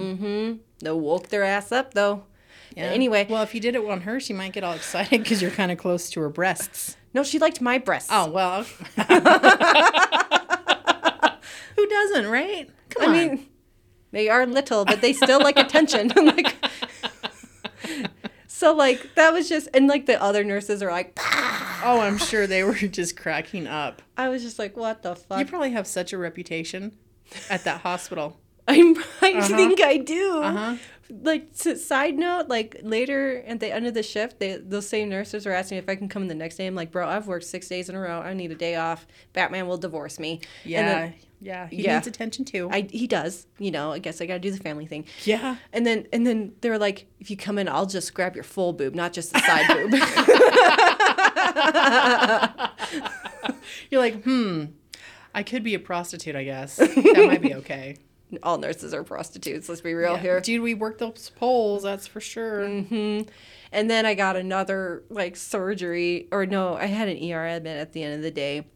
C: No woke their ass up though.
B: Yeah.
C: But anyway,
B: well, if you did it on her, she might get all excited because you're kind of close to her breasts.
C: no, she liked my breasts.
B: Oh well. Who doesn't, right? Come
C: I
B: on.
C: mean, they are little, but they still like attention. I'm like, so like that was just, and like the other nurses are like,
B: oh, I'm sure they were just cracking up.
C: I was just like, what the fuck?
B: You probably have such a reputation at that hospital.
C: I'm, I think I do.
B: Uh-huh.
C: Like, s side note, like later at the end of the shift, they, those same nurses are asking if I can come in the next day. I'm like, bro, I've worked six days in a row. I need a day off. Batman will divorce me. And
B: Yeah.
C: then
B: yeah. He
C: yeah.
B: needs attention too.
C: I, he does. You know, I guess I got to do the family thing.
B: yeah.
C: And then and then they were like, if you come in, I'll just grab your full boob, not just the side boob.
B: You're like, hmm, I could be a prostitute, I guess. That might be okay.
C: All nurses are prostitutes. Let's be real
B: Yeah.
C: here.
B: Dude, we work those poles, that's for sure.
C: And then I got another like surgery, or no, I had an ER admit at the end of the day.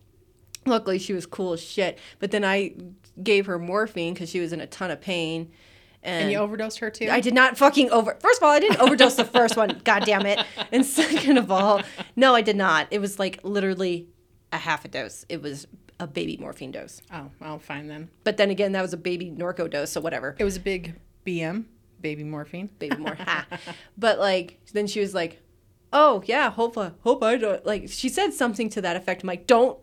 C: Luckily, she was cool as shit. But then I gave her morphine because she was in a ton of pain.
B: And
C: And,
B: you overdosed her too?
C: Mm-hmm. I did not fucking over. First of all, I didn't overdose the first one. God damn it. And second of all, no, I did not. It was like literally a half a dose. It was a baby morphine dose.
B: oh, well, fine then.
C: But then again, that was a baby Norco dose, so whatever.
B: It was a big BM, baby morphine.
C: baby more. ha. But like, then she was like, "Oh yeah, hope I hope I don't." Like she said something to that effect. I'm like, "Don't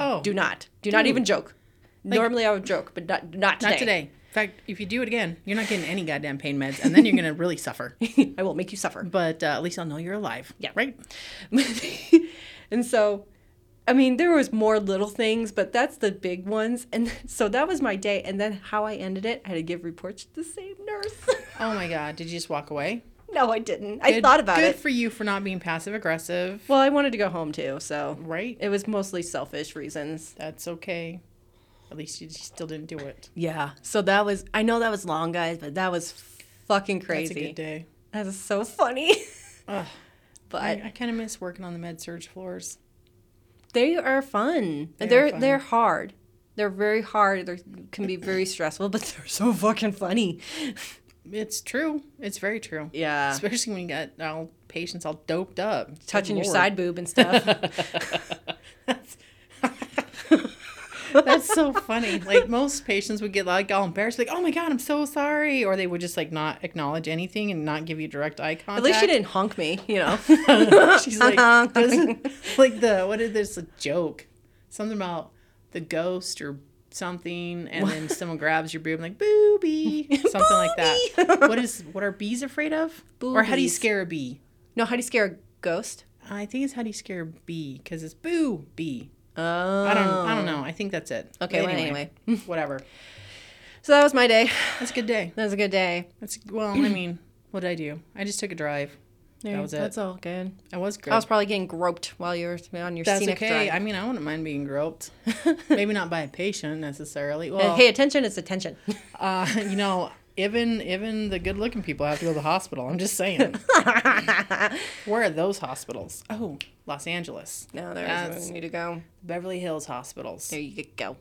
B: Oh,
C: do not do not even joke." Normally I would joke, but not not today.
B: not today. In fact, if you do it again, you're not getting any goddamn pain meds, and then you're going to really suffer.
C: I will make you suffer.
B: But uh, at least I'll know you're alive.
C: Yeah.
B: Right?
C: and so, I mean, there was more little things, but that's the big ones. And so that was my day. And then how I ended it, I had to give reports to the same nurse.
B: Oh my God. Did you just walk away?
C: no, I didn't. I thought about
B: Good
C: it.
B: for you for not being passive aggressive.
C: Well, I wanted to go home too, so
B: Right?
C: it was mostly selfish reasons.
B: That's okay. At least you still didn't do it.
C: Yeah. So that was I know that was long, guys, but that was fucking
B: That's a
C: crazy.
B: good day.
C: That is so funny.
B: Ugh.
C: but
B: I, I kind of miss working on the med surge floors.
C: they are fun. They
B: are
C: are
B: fun.
C: they're hard. They're very hard. They can be very stressful, but they're so fucking funny.
B: It's true. It's very true.
C: Yeah.
B: Especially when you got all patients all doped up, Good
C: Touching your
B: Lord.
C: side boob and stuff.
B: That's so funny. Like most patients would get like all embarrassed, like "Oh my god, I'm so sorry," or they would just like not acknowledge anything and not give you direct eye contact.
C: At least she didn't honk me, you know. Uh-huh.
B: She's like, doesn't, like the what is this a joke? Something about the ghost or something, and then someone grabs your boob and like booby, something like that. What is what are bees afraid of? Or how do you
C: Boobies.
B: scare a bee?
C: no, how do you scare a ghost?
B: I think it's how do you scare a bee because it's boo bee.
C: Oh.
B: I don't I don't know. I think that's it.
C: Okay,
B: But
C: well,
B: anyway, whatever.
C: So that was my day.
B: That's a good day.
C: That was a good day.
B: That's well, I mean, what did I do? I just took a drive. That was it.
C: That's all good.
B: I was good.
C: I was probably getting groped while you were on your
B: That's
C: scenic
B: okay.
C: drive.
B: I mean, I wouldn't mind being groped. Maybe not by a patient necessarily. Well,
C: hey, attention is attention.
B: uh, you know, even even the good-looking people have to go to the hospital. I'm just saying. Where are those hospitals? Oh, Los Angeles,
C: No, there
B: That's-
C: is no need to go.
B: Beverly Hills hospitals.
C: There you could go.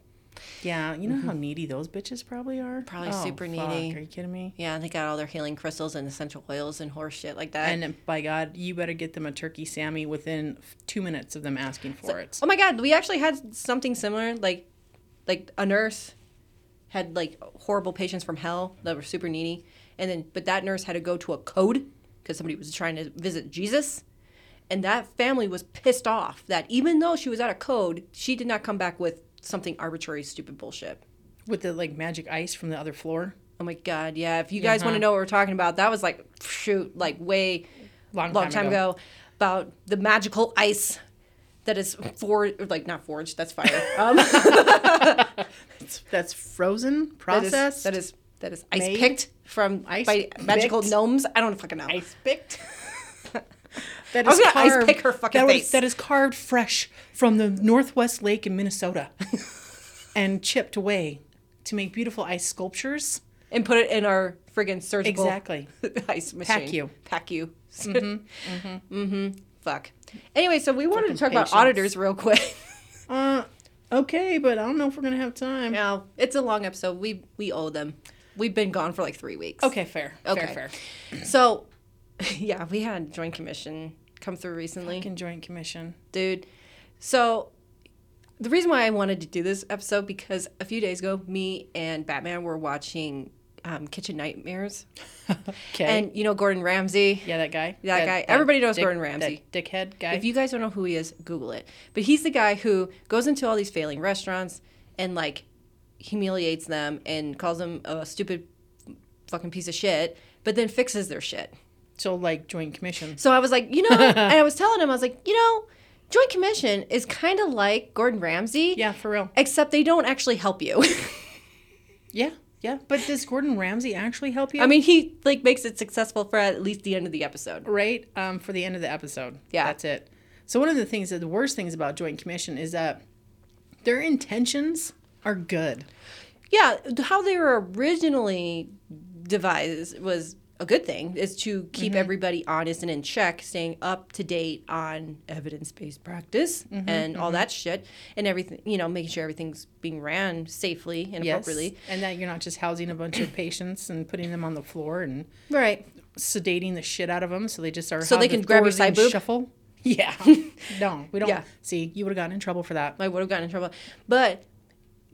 B: Yeah, you know how needy those bitches probably are.
C: Probably
B: Oh,
C: super
B: fuck.
C: needy.
B: Are you kidding me?
C: Yeah, and they got all their healing crystals and essential oils and horse shit like that.
B: And by God, you better get them a turkey Sammy within f- two minutes of them asking for it.
C: oh my god, we actually had something similar. Like, like a nurse had like horrible patients from hell that were super needy, and then but that nurse had to go to a code because somebody was trying to visit Jesus, and that family was pissed off that even though she was at a code, she did not come back with something arbitrary, stupid bullshit.
B: with the like magic ice from the other floor.
C: Oh my god, yeah. If you guys want to know what we're talking about, that was like shoot, like way
B: Long
C: long
B: time
C: time
B: ago.
C: ago. about the magical ice that is forged, like not forged, that's fire. Um, that
B: That's frozen,
C: is-
B: processed.
C: that is that is ice
B: Made?
C: picked from
B: Ice
C: by magical
B: picked?
C: gnomes. I don't fucking know.
B: ice picked. that
C: I was
B: is
C: gonna ice
B: carved-
C: pick her fucking
B: that was-
C: face.
B: that is carved fresh from the Northwest Lake in Minnesota, and chipped away to make beautiful ice sculptures.
C: And put it in our friggin' surgical
B: Exactly.
C: ice machine.
B: you.
C: Pack you. Mm-hmm. mm-hmm. Fuck. Anyway, so we wanted to talk
B: patience.
C: about auditors real quick.
B: Uh, okay, but I don't know if we're gonna have time.
C: no, it's a long episode. We we owe them. We've been gone for like three weeks.
B: Okay, fair.
C: Okay.
B: Fair, fair.
C: So, yeah, we had Joint Commission come through recently,
B: Fucking Joint Commission.
C: dude. So, the reason why I wanted to do this episode because a few days ago, me and Batman were watching um, Kitchen Nightmares,
B: Okay.
C: and you know Gordon Ramsay.
B: yeah, that guy.
C: That guy. Everybody knows Gordon Ramsay.
B: That dickhead guy.
C: If you guys don't know who he is, Google it. But he's the guy who goes into all these failing restaurants and like humiliates them and calls them a stupid fucking piece of shit, but then fixes their shit.
B: so like Joint Commission.
C: So I was like, you know, and I was telling him, I was like, you know, Joint Commission is kind of like Gordon Ramsay,
B: Yeah, for real.
C: except they don't actually help you.
B: Yeah, yeah. But does Gordon Ramsay actually help you?
C: I mean, he like makes it successful for at least the end of the episode.
B: right um, for the end of the episode.
C: Yeah.
B: That's it. So, one of the things that the worst things about Joint Commission is that their intentions are good.
C: Yeah, how they were originally devised was a good thing is to keep everybody honest and in check, staying up to date on evidence-based practice and all that shit and everything, you know, making sure everything's being ran safely and appropriately.
B: And that you're not just housing a bunch of patients and putting them on the floor and
C: Right.
B: sedating the shit out of them so they just are
C: So
B: how
C: they
B: the
C: can grab your
B: doors
C: side
B: and
C: boob?
B: Shuffle. Yeah. no, we don't.
C: Yeah.
B: See, you would have gotten in trouble for that.
C: I would have gotten in trouble. But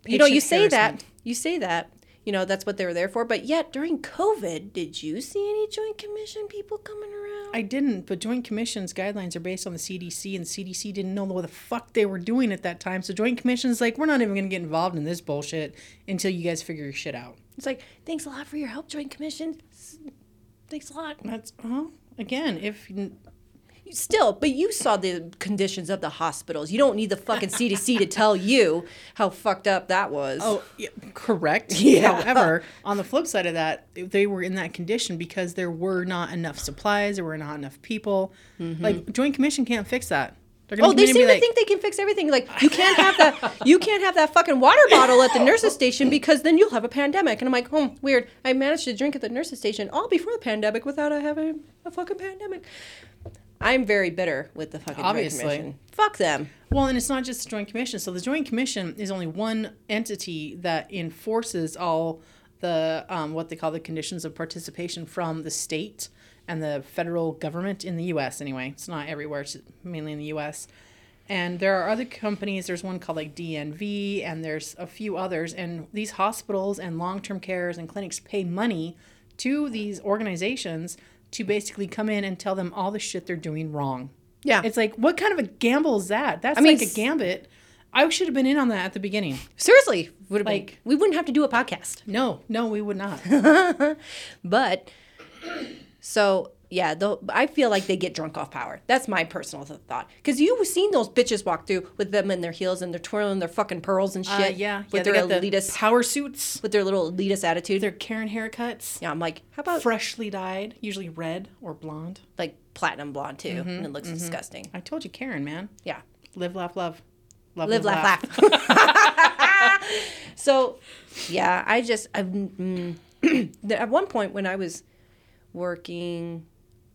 C: you know, you
B: Patient
C: say that,
B: harassment.
C: you say that, you know, that's what they were there for. But yet during COVID, did you see any Joint Commission people coming around?
B: I didn't, but Joint Commission's guidelines are based on the CDC, and CDC didn't know what the fuck they were doing at that time. So Joint Commission's like, we're not even going to get involved in this bullshit until you guys figure your shit out.
C: It's like, thanks a lot for your help, Joint Commission. S- Thanks a lot.
B: That's well, again, if n-
C: Still, but you saw the conditions of the hospitals. You don't need the fucking CDC to tell you how fucked up that was.
B: oh, yeah, correct.
C: Yeah.
B: However, on the flip side of that, they were in that condition because there were not enough supplies, there were not enough people. Like Joint Commission can't fix that. They're gonna
C: Mm-hmm. Oh, they
B: come
C: seem
B: in and
C: to
B: be like,
C: think they can fix everything. Like you can't have that. You can't have that fucking water bottle at the nurses' station because then you'll have a pandemic. And I'm like, hmm, weird. I managed to drink at the nurses' station all before the pandemic without a- having a fucking pandemic. I'm very bitter with the fucking Joint
B: Obviously.
C: Commission. Fuck them.
B: Well, and it's not just the Joint Commission. So the Joint Commission is only one entity that enforces all the um, what they call the conditions of participation from the state and the federal government in the U.S. Anyway, it's not everywhere; it's mainly in the U.S. And there are other companies. There's one called like DNV, and there's a few others. And these hospitals and long-term cares and clinics pay money to these organizations to basically come in and tell them all the shit they're doing wrong.
C: Yeah.
B: It's like, what kind of a gamble is that? That's
C: mean,
B: like a
C: s-
B: gambit. I should have been in on that at the beginning.
C: Seriously, would have like
B: Like-
C: we wouldn't have to do a podcast.
B: No, no, we would not.
C: But so yeah, though I feel like they get drunk off power. That's my personal th- thought. Because you've seen those bitches walk through with them in their heels and they're twirling their fucking pearls and shit.
B: Uh, yeah, yeah.
C: with
B: They
C: their
B: got the
C: elitist,
B: power suits,
C: with their little elitist attitude.
B: their Karen haircuts,
C: yeah, I'm like, how about
B: freshly dyed, usually red or blonde.
C: like platinum blonde too? And it looks disgusting.
B: Mm-hmm, I told you, Karen, man.
C: Yeah,
B: Live, laugh, love.
C: live, laugh, laugh. so yeah, I just I've, mm, at one point when I was working,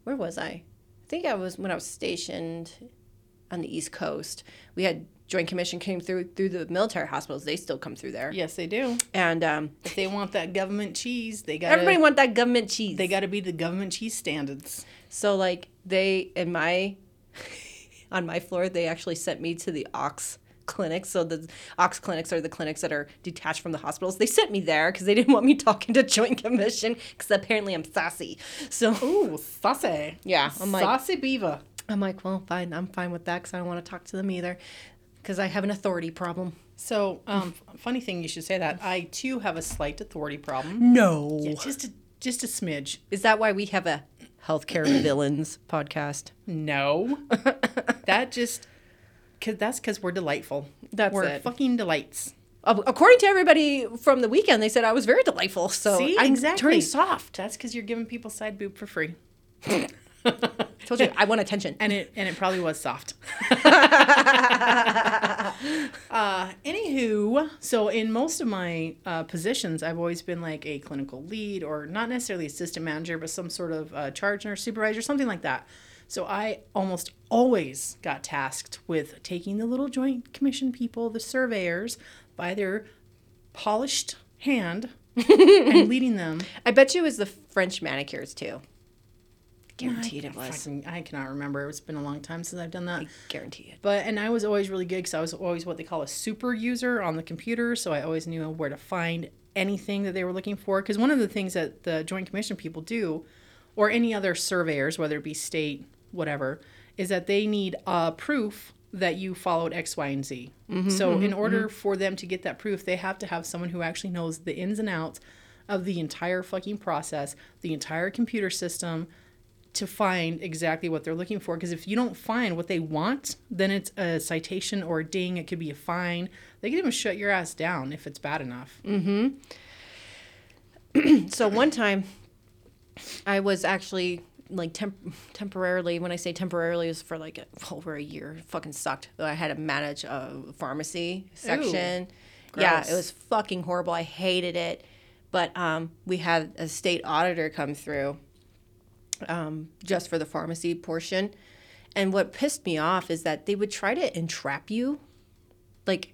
C: where was I? I think I was when I was stationed on the East Coast. We had Joint Commission came through through the military hospitals. They still come through there,
B: Yes, they do.
C: and um,
B: If they want that government cheese, they got
C: everybody
B: to
C: want that government cheese.
B: they got to be the government cheese standards.
C: so like they in my on my floor they actually sent me to the Ox clinics. So the ox clinics are the clinics that are detached from the hospitals. They sent me there because they didn't want me talking to Joint Commission because apparently I'm sassy. So
B: Ooh, saucy.
C: yeah, I'm like,
B: saucy beaver.
C: I'm like, well, fine. I'm fine with that because I don't want to talk to them either because I have an authority problem.
B: So, um, funny thing you should say that. I too have a slight authority problem.
C: No.
B: Yeah, just a just a smidge.
C: Is that why we have a healthcare villains podcast?
B: No, that just cause that's because we're delightful.
C: That's
B: we're
C: it.
B: fucking delights.
C: Ac- According to everybody from the weekend, they said I was very delightful. So
B: See,
C: I'm
B: exactly.
C: turning soft.
B: That's because you're giving people side boob for free,
C: Told you I want attention.
B: and it and it probably was soft. uh, anywho, so in most of my uh, positions, I've always been like a clinical lead, or not necessarily assistant manager, but some sort of uh, charge nurse, supervisor, something like that. So I almost always got tasked with taking the little joint commission people, the surveyors, by their polished hand and leading them
C: I bet you it was the French manicures too. Guaranteed it
B: I,
C: was.
B: fucking- I cannot remember. It's been a long time since I've done that.
C: Guaranteed it.
B: But and I was always really good because I was always what they call a super user on the computer, so I always knew where to find anything that they were looking for. Because one of the things that the Joint Commission people do, or any other surveyors, whether it be state, whatever, is that they need uh, proof that you followed X, Y, and Z. so in order for them to get that proof, they have to have someone who actually knows the ins and outs of the entire fucking process, the entire computer system, to find exactly what they're looking for because if you don't find what they want then it's a citation or a ding it could be a fine they could even shut your ass down if it's bad enough
C: Mm. So one time, I was actually like temp- temporarily. When I say temporarily, it was for like over a year. It fucking sucked. I had to manage a pharmacy section. yeah,
B: gross.
C: it was fucking horrible. I hated it. But um, we had a state auditor come through um, just for the pharmacy portion. And what pissed me off is that they would try to entrap you, like,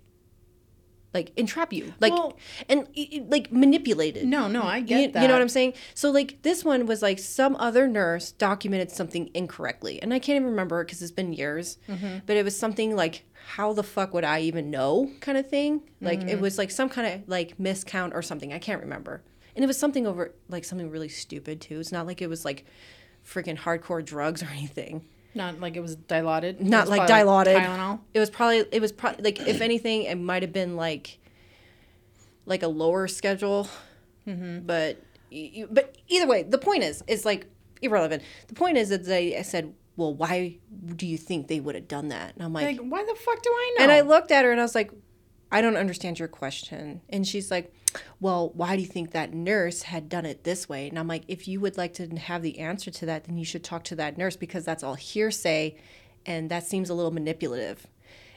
C: like entrap you, like,
B: Well-
C: and y- y- like manipulate it
B: no no i get
C: you,
B: that
C: you know what I'm saying? So like this one was like some other nurse documented something incorrectly, and I can't even remember because it's been years.
B: Mm-hmm.
C: But it was something like how the fuck would I even know kind of thing. Like
B: Mm.
C: it was like some kind of like miscount or something. I can't remember. And it was something over like something really stupid too. It's not like it was like freaking hardcore drugs or anything.
B: not like it was dilated It
C: Not
B: was
C: like
B: probably
C: dilated.
B: Tylenol.
C: It was probably it was probably like if anything it might have been like like a lower schedule,
B: Mm-hmm.
C: but y- you, but either way the point is is like irrelevant. The point is that they said, well, why do you think they would have done that? And I'm like,
B: like why the fuck do i know
C: and I looked at her and I was like, I don't understand your question. And she's like, Well, why do you think that nurse had done it this way? And I'm like, If you would like to have the answer to that, then you should talk to that nurse because that's all hearsay and that seems a little manipulative.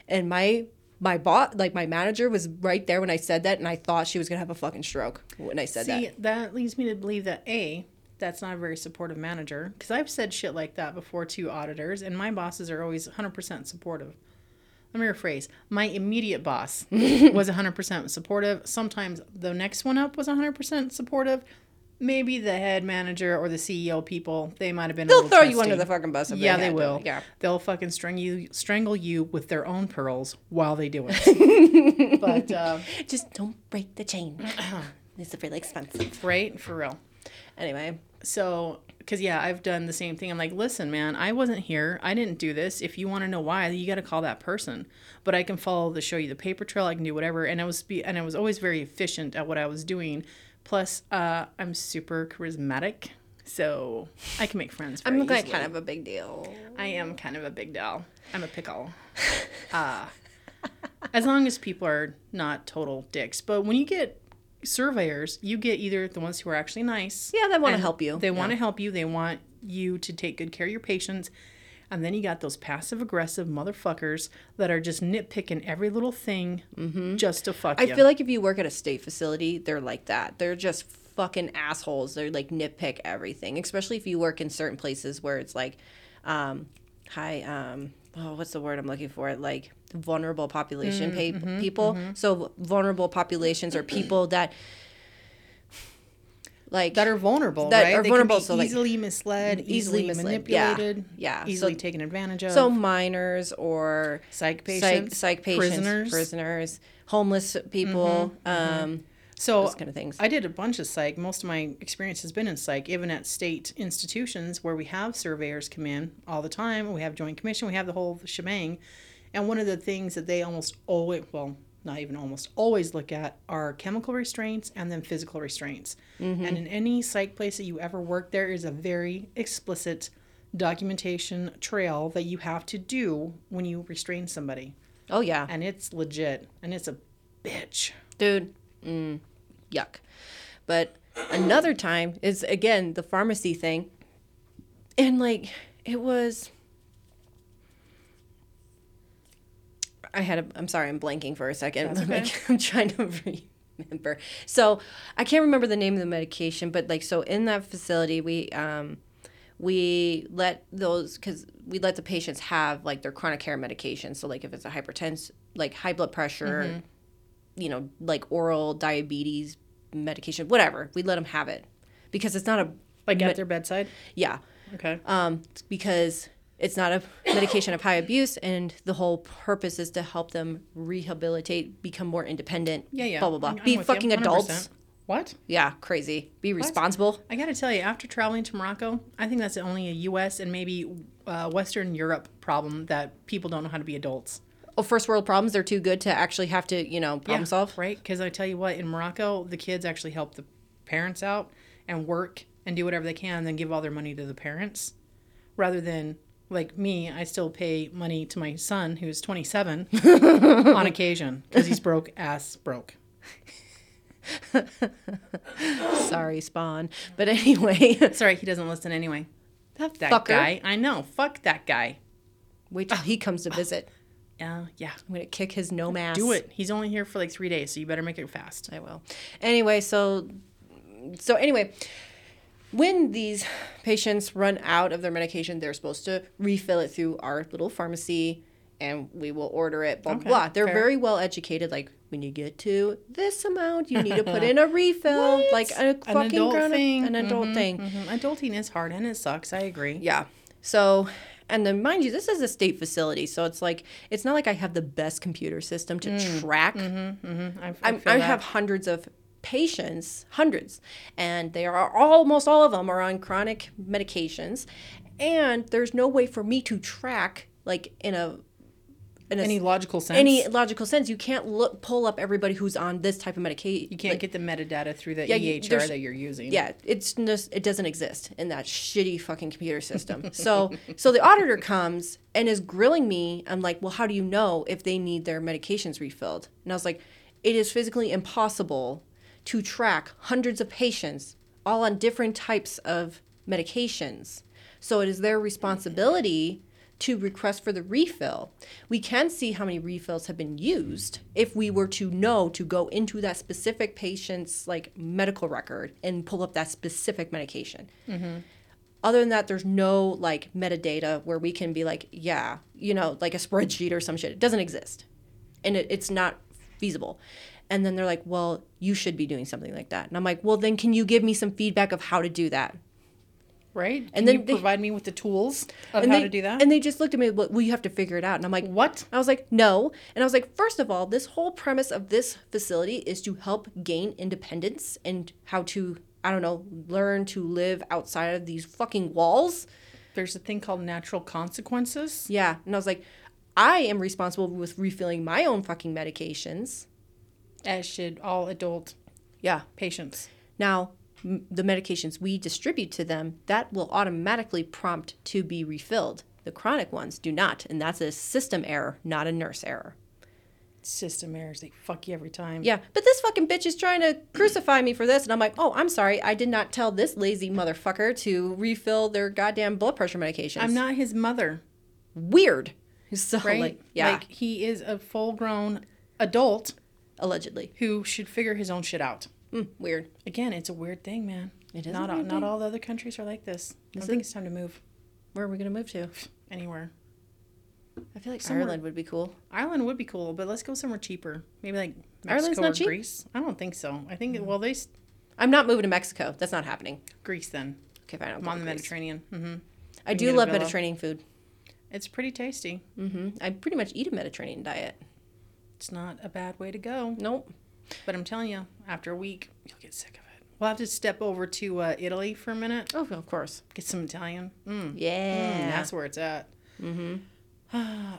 C: And my my boss, like my manager, was right there when I said that, and I thought she was gonna have a fucking stroke when I said
B: see
C: that.
B: that. leads me to believe that a that's not a very supportive manager because i've said shit like that before to auditors and my bosses are always 100% supportive let me rephrase my immediate boss was 100% supportive sometimes the next one up was 100% supportive maybe the head manager or the ceo people they might have been a
C: They'll
B: little
C: throw you under
B: trusting.
C: the fucking bus. if
B: yeah
C: had
B: they
C: to.
B: will
C: Yeah.
B: they'll fucking string you strangle you with their own pearls while they do it but uh,
C: Just don't break the chain. it's really expensive.
B: right for real
C: Anyway,
B: So, because yeah, I've done the same thing. I'm like, listen, man, I wasn't here. I didn't do this. If you want to know why, you got to call that person. But I can follow the show you the paper trail. I can do whatever. And I was be- and I was always very efficient at what I was doing. Plus, uh, I'm super charismatic, so I can make friends. Very
C: I'm like
B: easily.
C: kind of a big deal.
B: I am kind of a big doll. I'm a pickle. Uh, as long as people are not total dicks. But when you get surveyors, you get either the ones who are actually nice.
C: Yeah, they wanna
B: and
C: help you.
B: They want to help you. They want you to take good care of your patients. And then you got those passive aggressive motherfuckers that are just nitpicking every little thing just to fuck
C: Mm-hmm. I
B: you.
C: feel like if you work at a state facility, they're like that. They're just fucking assholes. They're like nitpick everything, especially if you work in certain places where it's like, um, hi, um, oh, what's the word I'm looking for? Like vulnerable
B: Mm,
C: population pa-
B: mm-hmm,
C: people. So vulnerable populations are people that like
B: that are vulnerable,
C: That
B: right?
C: are
B: They
C: vulnerable,
B: can be
C: so, like,
B: easily misled,
C: easily
B: easily,
C: misled, yeah,
B: manipulated,
C: yeah. So-
B: easily taken advantage of.
C: so minors or
B: psych
C: psych,
B: patients,
C: psych patients,
B: prisoners. Mm-hmm,
C: prisoners, homeless people. Um,
B: so
C: those kind of things.
B: I did a bunch of psych. Most of my experience has been in psych, even at state institutions where we have surveyors come in all the time. We have joint commission. We have the whole shebang. And one of the things that they almost always, well, not even almost always look at are chemical restraints and then physical restraints. And in any psych place that you ever work, there is a very explicit documentation trail that you have to do when you restrain somebody.
C: Oh yeah,
B: And it's legit and it's a bitch.
C: dude, mm, yuck. But another time is again the pharmacy thing, and like it was. I had a. I'm sorry, I'm blanking for a second.
B: That's okay.
C: Like, I'm trying to remember. So I can't remember the name of the medication, but like so in that facility we um we let those because we let the patients have like their chronic care medication. So like if it's a hypertension, like high blood pressure,
B: Mm-hmm.
C: you know, like oral diabetes medication, whatever, we let them have it because it's not a
B: Like
C: Me-
B: at their bedside.
C: yeah
B: Okay.
C: um, because it's not a medication of high abuse, and the whole purpose is to help them rehabilitate, become more independent.
B: Yeah, yeah.
C: Blah blah blah.
B: I'm- I'm
C: Be
B: with you,
C: fucking
B: 100%.
C: adults.
B: What?
C: Yeah, crazy. Be responsible.
B: I got to tell you, after traveling to Morocco, I think that's only a U.S. and maybe uh, Western Europe problem that people don't know how to be adults.
C: Oh, first world problems are too good to actually have to, you know, problem solve.
B: right? Because I tell you what, in Morocco, the kids actually help the parents out and work and do whatever they can, and then give all their money to the parents, rather than like me. I still pay money to my son who's 27 on occasion because he's broke ass broke.
C: Sorry, Spawn. But anyway,
B: Sorry, he doesn't listen anyway.
C: that,
B: That
C: fucker.
B: guy, I know. Fuck that guy.
C: Wait till he comes to visit.
B: Uh, yeah.
C: I'm gonna kick his gnome ass.
B: Do it. He's only here for like three days, so you better make it fast.
C: I will. Anyway, so so anyway, when these patients run out of their medication, they're supposed to refill it through our little pharmacy and we will order it, blah, blah, blah. They're
B: fair.
C: very well educated. Like, when you get to this amount, you need to put in a refill. Like a fucking
B: An adult
C: grown-up-
B: thing.
C: An adult thing.
B: Mhm. Adulting is hard and it sucks. I agree.
C: Yeah. So, and then mind you, this is a state facility. So it's like, it's not like I have the best computer system to
B: Mm,
C: track
B: mm-hmm. I, I,
C: I'm,
B: feel
C: I
B: that.
C: have hundreds of patients, hundreds, and they are almost all of them are on chronic medications, and there's no way for me to track like in a in a,
B: any logical sense.
C: any logical sense. You can't look pull up everybody who's on this type of medication.
B: you can't get the metadata through the
C: you-
B: EHR
C: there's-
B: that you're using.
C: Yeah, it's just, it doesn't exist in that shitty fucking computer system. so so the auditor comes and is grilling me. I'm like, well, how do you know if they need their medications refilled? And I was like, it is physically impossible to track hundreds of patients all on different types of medications. So it is their responsibility to request for the refill. We can see how many refills have been used if we were to know to go into that specific patient's like medical record and pull up that specific medication. Other than that, there's no like metadata where we can be like, yeah, you know, like a spreadsheet or some shit. It doesn't exist, and it, it's not feasible. And then they're like, well, you should be doing something like that. And I'm like, well, then can you give me some feedback of how to do that?
B: Right? And
C: then
B: then you
C: they-
B: provide me with the tools of
C: and
B: how
C: they,
B: to do that.
C: And they just looked at me, well, well, you have to figure it out. And I'm like,
B: what?
C: I was like, no. And I was like, first of all, this whole premise of this facility is to help gain independence and how to, I don't know, learn to live outside of these fucking walls.
B: There's a thing called natural consequences.
C: Yeah. And I was like, I am responsible with refilling my own fucking medications.
B: As should all adult
C: Yeah.
B: patients.
C: Now, m- the medications we distribute to them, that will automatically prompt to be refilled. The chronic ones do not. And that's a system error, not a nurse error.
B: System errors. They fuck you every time.
C: Yeah, but this fucking bitch is trying to crucify me for this. And I'm like, oh, I'm sorry. I did not tell this lazy motherfucker to refill their goddamn blood pressure medications.
B: I'm not his mother.
C: weird. So,
B: Right?
C: Oh, like, yeah,
B: Like he is a full grown adult
C: allegedly.
B: who should figure his own shit out.
C: Mm, weird.
B: Again, it's a weird thing, man.
C: It is a
B: Not all,
C: weird
B: not
C: thing.
B: all the other countries are like this. I
C: Is
B: think it's time to move
C: Where are we going to move to?
B: anywhere.
C: I feel like
B: Somewhere-
C: Ireland would be cool.
B: Ireland would be cool, but let's go somewhere cheaper. Maybe like Mexico
C: Ireland's not
B: or
C: cheap. Mm-hmm.
B: Greece. I don't think so. I think well they s-
C: I'm not moving to Mexico. That's not happening.
B: Greece then.
C: Okay, fine. I'll
B: I'm
C: go
B: on
C: to
B: the
C: Greece.
B: Mediterranean. hmm
C: I
B: and
C: do
B: get a
C: love
B: villa.
C: Mediterranean food.
B: It's pretty tasty.
C: hmm I pretty much eat a Mediterranean diet.
B: It's not a bad way to go.
C: Nope.
B: But I'm telling you, after a week, you'll get sick of it. We'll have to step over to uh, Italy for a minute,
C: Oh, of course.
B: get some Italian. Mm.
C: Hmm. Yeah. Mm-hmm.
B: Mm, that's where it's at.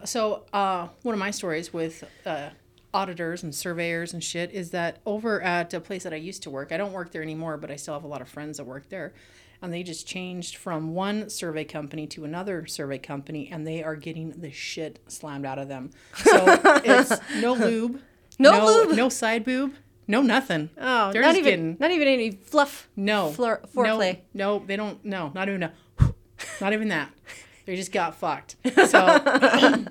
B: So, uh, one of my stories with uh, auditors and surveyors and shit is that over at a place that I used to work, I don't work there anymore, but I still have a lot of friends that work there. And they just changed from one survey company to another survey company, and they are getting the shit slammed out of them. So it's no lube,
C: No lube.
B: no side boob, no nothing.
C: oh,
B: They're
C: not
B: just
C: even
B: getting-
C: not even any fluff.
B: no
C: Floor,
B: No,
C: foreplay.
B: No, they don't. No, not even a. Not even that. They just got fucked. So,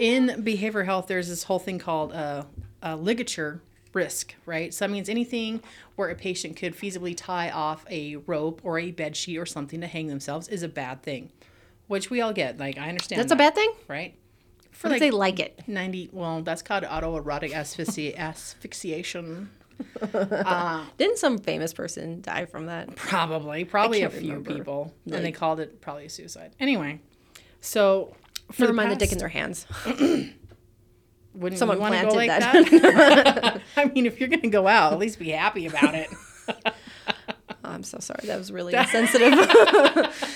B: in behavioral health, there's this whole thing called uh, uh, ligature risk, right? So that means anything where a patient could feasibly tie off a rope or a bed sheet or something to hang themselves is a bad thing, which we all get. Like I understand.
C: That's a
B: that,
C: bad thing.
B: right? For
C: What if
B: like
C: they like it?
B: 90. Well, that's called autoerotic asphyxi- asphyxiation. Uh,
C: Didn't some famous person die from that?
B: Probably, probably a
C: can't
B: few
C: remember.
B: people,
C: Like-
B: and they called it probably a suicide. Anyway, so for
C: Never mind the dick in
B: past-
C: their hands.
B: Wouldn't
C: Someone
B: you want to go like
C: planted
B: that?
C: that.
B: I mean, if you're gonna go out, at least be happy about it.
C: Oh, I'm so sorry. That was really insensitive.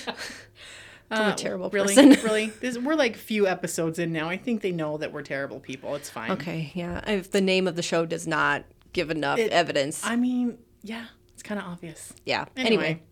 C: I'm a terrible
B: Um, really,
C: person.
B: really. This, we're like few episodes in now. I think they know that we're terrible people. It's fine.
C: Okay, yeah. If the name of the show does not give enough
B: It-
C: evidence,
B: I mean, yeah, it's kind of obvious.
C: yeah. Anyway,
B: Anyway,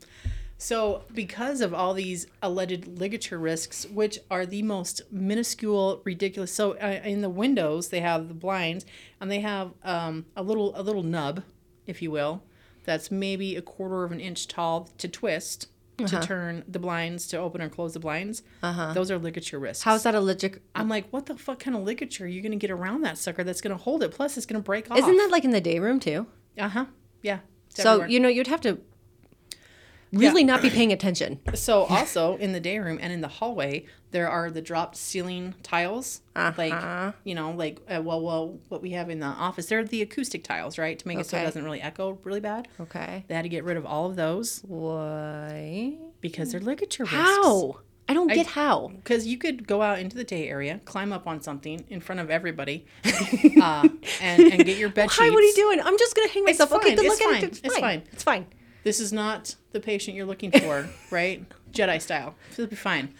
B: so because of all these alleged ligature risks, which are the most minuscule, ridiculous. So uh, in the windows, they have the blinds, and they have um, a little a little nub, if you will, that's maybe a quarter of an inch tall to twist.
C: Uh-huh.
B: To turn the blinds to open or close the blinds, uh-huh. those are ligature risks.
C: how's that a legit?
B: I'm like, what the fuck kind of ligature are you gonna get around that sucker? That's gonna hold it. Plus, it's gonna break off.
C: Isn't that like in the day room too?
B: Uh huh. Yeah. It's
C: So
B: everywhere.
C: you know you'd have to really not be paying attention.
B: So also in the day room and in the hallway, there are the dropped ceiling tiles,
C: Uh-huh.
B: like you know, like uh, well, well, what we have in the office, they're the acoustic tiles, right, to make it so it
C: Okay.
B: doesn't really echo really bad.
C: Okay.
B: They had to get rid of all of those
C: Why?
B: because they're ligature risks.
C: How? I don't get how.
B: Because you could go out into the day area, climb up on something in front of everybody, uh, and, and get your bed sheets.
C: Hi, what are you doing? I'm just gonna hang myself. okay,
B: fine,
C: good
B: it's
C: look at
B: fine,
C: it.
B: it's fine.
C: It's fine.
B: This is not the patient you're looking for, right? Jedi style. It'll be fine.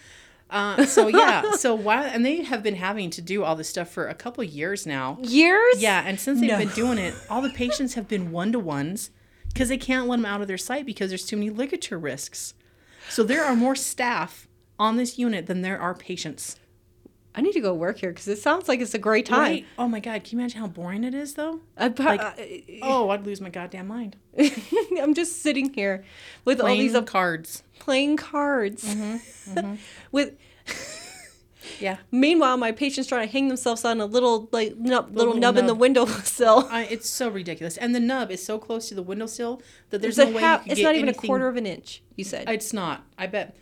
B: Uh, so yeah, so why? And they have been having to do all this stuff for a couple years now.
C: Years?
B: Yeah, and since they've
C: No.
B: been doing it, all the patients have been one to ones because they can't let them out of their sight because there's too many ligature risks. So there are more staff on this unit than there are patients.
C: I need to go work here because it sounds like it's a great time.
B: Right? Oh my God, can you imagine how boring it is though?
C: I,
B: Like-
C: I-
B: Oh, I'd lose my goddamn mind.
C: I'm just sitting here with all
B: Playing
C: these up
B: cards.
C: playing cards. Mm-hmm. with
B: Yeah.
C: meanwhile, my patients trying to hang themselves on a little like nub, little,
B: little
C: nub, in the
B: nub.
C: windowsill.
B: I, it's so ridiculous. And the nub is so close to the windowsill that there's
C: There's
B: no
C: a
B: way
C: half.
B: you could
C: It's
B: get
C: not even
B: anything-
C: a quarter of an inch. You said.
B: It's not. I bet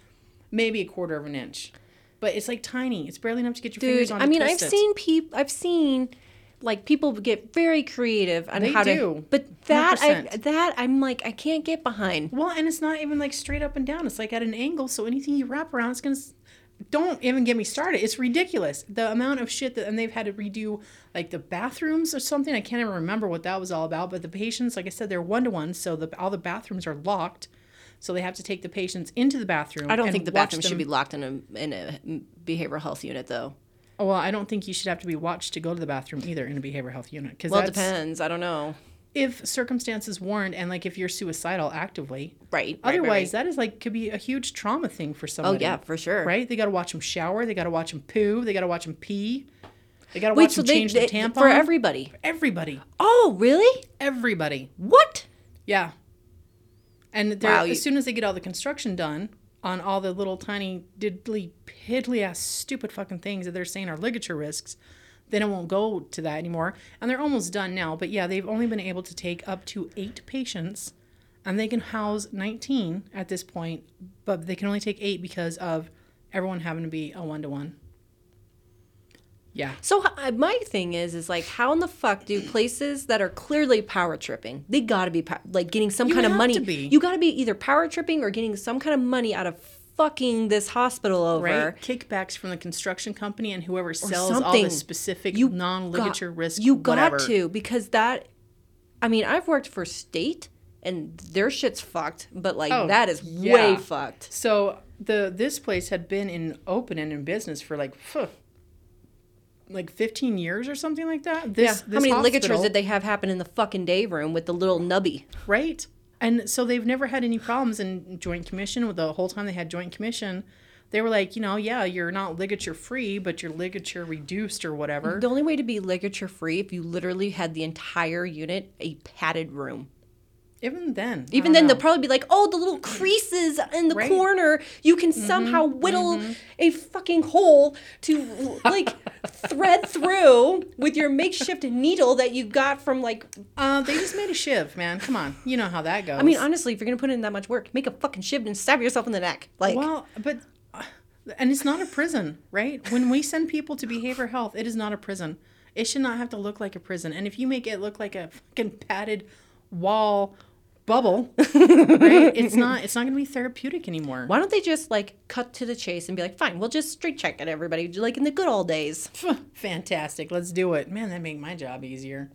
B: maybe a quarter of an inch, but it's like tiny. It's barely enough to get your fingers
C: Dude,
B: on.
C: I
B: to
C: mean, I've
B: twist it.
C: seen people. I've seen like people get very creative on
B: They
C: how to.
B: do.
C: But that I
B: 100%.
C: that I'm like I can't get behind.
B: Well, and it's not even like straight up and down. It's like at an angle, so anything you wrap around, it's gonna. s- Don't even get me started. It's ridiculous the amount of shit that, and they've had to redo like the bathrooms or something. I can't even remember what that was all about. But the patients, like I said, they're one to one, so the all the bathrooms are locked, so they have to take the patients into the bathroom.
C: I don't
B: and
C: think the
B: watch
C: bathroom should
B: them-
C: be locked in a in a behavioral health unit though.
B: Oh, well, I don't think you should have to be watched to go to the bathroom either in a behavioral health unit because
C: Well, it
B: that's
C: depends. I don't know.
B: if circumstances warrant and like if you're suicidal actively.
C: Right. right, right,
B: Otherwise,
C: right.
B: that is like could be a huge trauma thing for
C: Oh
B: somebody.
C: yeah, for sure.
B: right? They got to watch them shower. They got to watch them poo. They got to watch them pee. They got to
C: Wait,
B: watch
C: so
B: them
C: they,
B: change
C: they
B: the tampon.
C: for everybody.
B: everybody,
C: Oh, really?
B: everybody,
C: What?
B: yeah. And they're,
C: Wow, you-
B: as soon as they get all the construction done on all the little tiny diddly piddly ass stupid fucking things that they're saying are ligature risks, then it won't go to that anymore. And they're almost done now. But yeah, they've only been able to take up to eight patients, and they can house 19 at this point, but they can only take eight because of everyone having to be a one to one. Yeah.
C: So h- uh, my thing is, is like, how in the fuck do places that are clearly power tripping? They got to be pow- like getting some
B: You
C: kind of
B: have
C: money.
B: to be.
C: You got to be either power tripping or getting some kind of money out of fucking this hospital over.
B: Right? Kickbacks from the construction company and whoever sells all
C: something.
B: the specific
C: You got-
B: non-ligature risk
C: You got
B: whatever.
C: to because that. I mean, I've worked for state and their shit's fucked, but like
B: Oh,
C: that is
B: yeah.
C: way fucked.
B: So the this place had been in open and in business for like phew, like 15 years or something like that. This,
C: How many ligatures
B: hospital-
C: did they have happen in the fucking day room with the little nubby?
B: Right. And so they've never had any problems in Joint Commission. With the whole time they had Joint Commission, they were like, you know, yeah, you're not ligature free, but you're ligature reduced or whatever.
C: The only way to be ligature free if you literally had the entire unit a padded room.
B: Even then, I
C: Even
B: don't
C: then,
B: know.
C: they'll probably be like, "Oh, the little creases in the
B: Right.
C: corner, you can somehow whittle a fucking hole to like thread through with your makeshift needle that you got from like."
B: uh, they just made a shiv, man. Come on, you know how that goes.
C: I mean, honestly, if you're gonna put in that much work, make a fucking shiv and stab yourself in the neck. Like,
B: well, but uh, and it's not a prison, right? When we send people to behavioral health, it is not a prison. It should not have to look like a prison. And if you make it look like a fucking padded wall bubble, right? It's not. It's not going to be therapeutic anymore.
C: why don't they just like cut to the chase and be like, "Fine, we'll just straight check at everybody, like in the good old days."
B: Fantastic. Let's do it. Man, that make my job easier.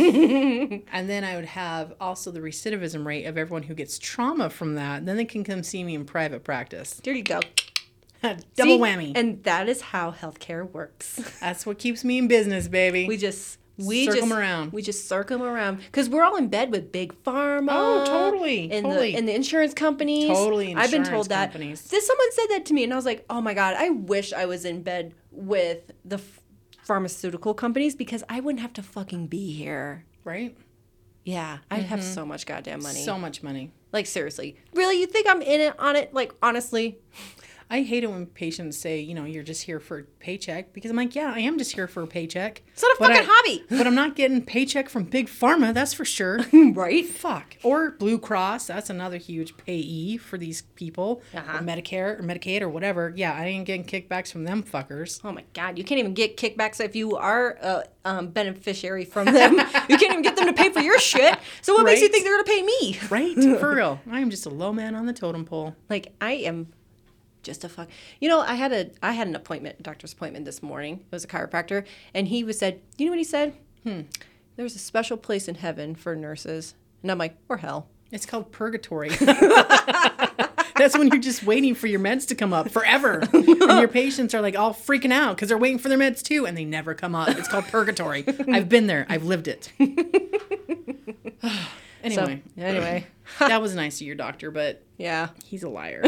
B: and then I would have also the recidivism rate of everyone who gets trauma from that. Then they can come see me in private practice.
C: There you go.
B: Double
C: See?
B: whammy.
C: And that is how healthcare works.
B: That's what keeps me in business, baby.
C: We just we
B: Circle
C: just
B: 'em around.
C: We just circle 'em around because we're all in bed with big pharma.
B: Oh, totally,
C: And
B: totally.
C: the and the insurance companies.
B: Totally
C: I've been
B: insurance
C: told that.
B: companies.
C: This someone said that to me, and I was like, oh my god, I wish I was in bed with the f- pharmaceutical companies because I wouldn't have to fucking be here.
B: right?
C: Yeah, I'd have so much goddamn money.
B: Mm-hmm. So much money.
C: like seriously, really, you think I'm in it on it? Like honestly,
B: I hate it when patients say, you know, you're just here for a paycheck because I'm like, yeah, I am just here for a paycheck.
C: it's not a
B: But I-
C: fucking hobby,
B: But I'm not getting paycheck from Big Pharma, that's for sure.
C: right?
B: Fuck. Or Blue Cross, that's another huge payee for these people.
C: Uh-huh.
B: Or Medicare or Medicaid or whatever. Yeah, I ain't getting kickbacks from them fuckers.
C: Oh my God! You can't even get kickbacks if you are a um, beneficiary from them. you can't even get them to pay for your shit. So what makes you
B: Right.
C: think they're gonna pay me?
B: Right? for real. I am just a low man on the totem pole.
C: Like I am just a fuck. You know, I had a I had an appointment, a doctor's appointment this morning. It was a chiropractor, and he was said, "You know what he said? Hmm. There's a special place in heaven for nurses." And I'm like, "Or hell."
B: It's called purgatory. That's when you're just waiting for your meds to come up forever. And your patients are like all freaking out because they're waiting for their meds too and they never come up. It's called purgatory. I've been there, I've lived it.
C: So
B: anyway,
C: anyway,
B: that was nice of your doctor, but
C: yeah.
B: he's a liar.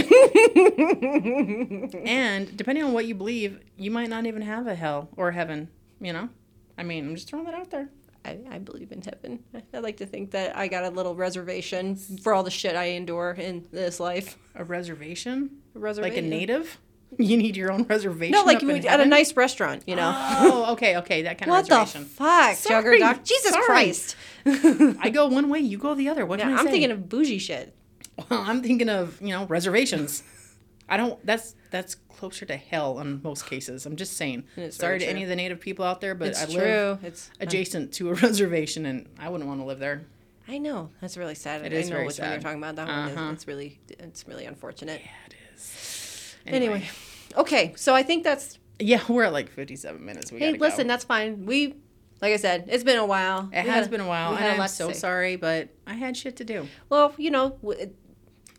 B: and depending on what you believe, you might not even have a hell or heaven, you know? I mean, I'm just throwing that out there.
C: I, I believe in heaven. I like to think that I got a little reservation for all the shit I endure in this life.
B: A reservation? Like a
C: Reservation.
B: native? You need your own reservation.
C: No, like
B: up in
C: we- at a
B: heaven?
C: nice restaurant, you know.
B: Oh, okay, okay, that kind
C: what
B: of
C: the
B: reservation.
C: fuck,
B: Sorry,
C: Juggerdoc? Jesus
B: sorry.
C: Christ!
B: I go one way, you go the other. What
C: Yeah,
B: can I
C: I'm
B: say?
C: thinking of bougie shit.
B: Well, I'm thinking of you know reservations. I don't. That's that's closer to hell in most cases. I'm just saying.
C: It's
B: Sorry
C: very
B: to
C: true.
B: any of the native people out there, but
C: It's
B: I
C: true.
B: live
C: It's
B: adjacent to a reservation, and I wouldn't want to live there.
C: I know that's really sad.
B: is
C: I know
B: very
C: which one you're
B: sad.
C: talking about. That one
B: Uh-huh.
C: is. It's really it's really unfortunate.
B: It is.
C: Anyway. okay, so I think that's.
B: yeah, we're at like 57 minutes. We
C: Hey,
B: gotta go.
C: listen, that's fine. We, like I said, it's been a while.
B: It has been a while,
C: we
B: and
C: had a lot
B: I'm
C: to
B: so
C: say.
B: sorry, but I had shit to do.
C: Well, you know, w- it-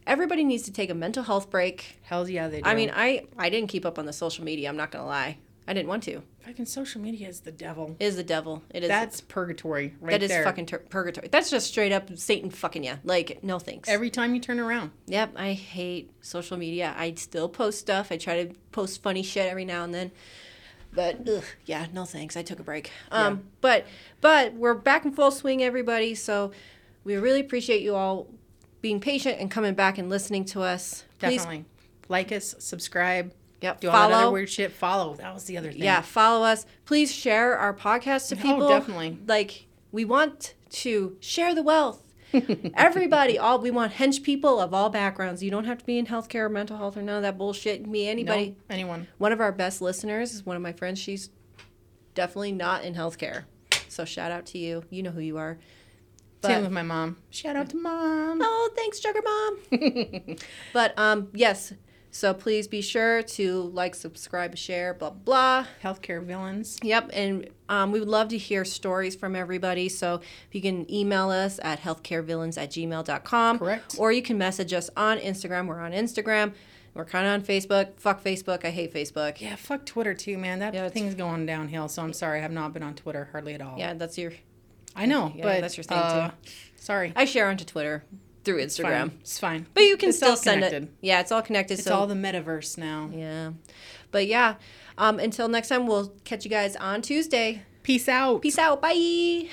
C: everybody needs to take a mental health break.
B: Hell yeah, they do.
C: I mean, I I didn't keep up on the social media. I'm not gonna lie. I didn't want to.
B: fucking social media is the devil.
C: It is the devil. It is
B: That's purgatory right
C: That is
B: there.
C: fucking tur- purgatory. That's just straight up Satan fucking yeah. Like no thanks.
B: Every time you turn around.
C: yep, I hate social media. I still post stuff. I try to post funny shit every now and then. But ugh, yeah, no thanks. I took a break. Um, but but we're back in full swing, everybody. So we really appreciate you all being patient and coming back and listening to us. Please,
B: Definitely. Like us, subscribe,
C: yep,
B: do all that other
C: follow.
B: weird shit. Follow. That was the other thing.
C: Yeah, follow us. Please share our podcast to
B: No,
C: people.
B: definitely.
C: Like we want to share the wealth. Everybody, all we want hench people of all backgrounds. You don't have to be in healthcare or mental health or none of that bullshit. Me,
B: No,
C: anybody.
B: anyone.
C: One of our best listeners is one of my friends. She's definitely not in healthcare. So shout out to you. You know who you are.
B: Same
C: But
B: with my mom. Shout out to mom.
C: oh, thanks, Sugar Mom. but um, yes. So please be sure to like, subscribe, share, blah blah.
B: Healthcare villains.
C: Yep, and um, we would love to hear stories from everybody. So if you can email us at healthcarevillains at gmail.com.
B: Correct.
C: Or you can message us on Instagram. We're on Instagram. We're kind of on Facebook. Fuck Facebook. I hate Facebook.
B: Yeah, fuck Twitter too, man. That
C: Yeah, it's-
B: thing's going downhill. So I'm sorry, I have not been on Twitter hardly at all.
C: Yeah, that's your.
B: I know,
C: Yeah,
B: but
C: that's your thing,
B: uh,
C: too.
B: Sorry,
C: I share onto Twitter through Instagram.
B: Fine. It's fine.
C: But you can
B: It's all
C: still send it.
B: connected.
C: Yeah, it's all connected.
B: It's
C: so
B: all the metaverse now.
C: yeah, but yeah. Um, until next time, we'll catch you guys on Tuesday.
B: Peace out.
C: Peace out. Bye.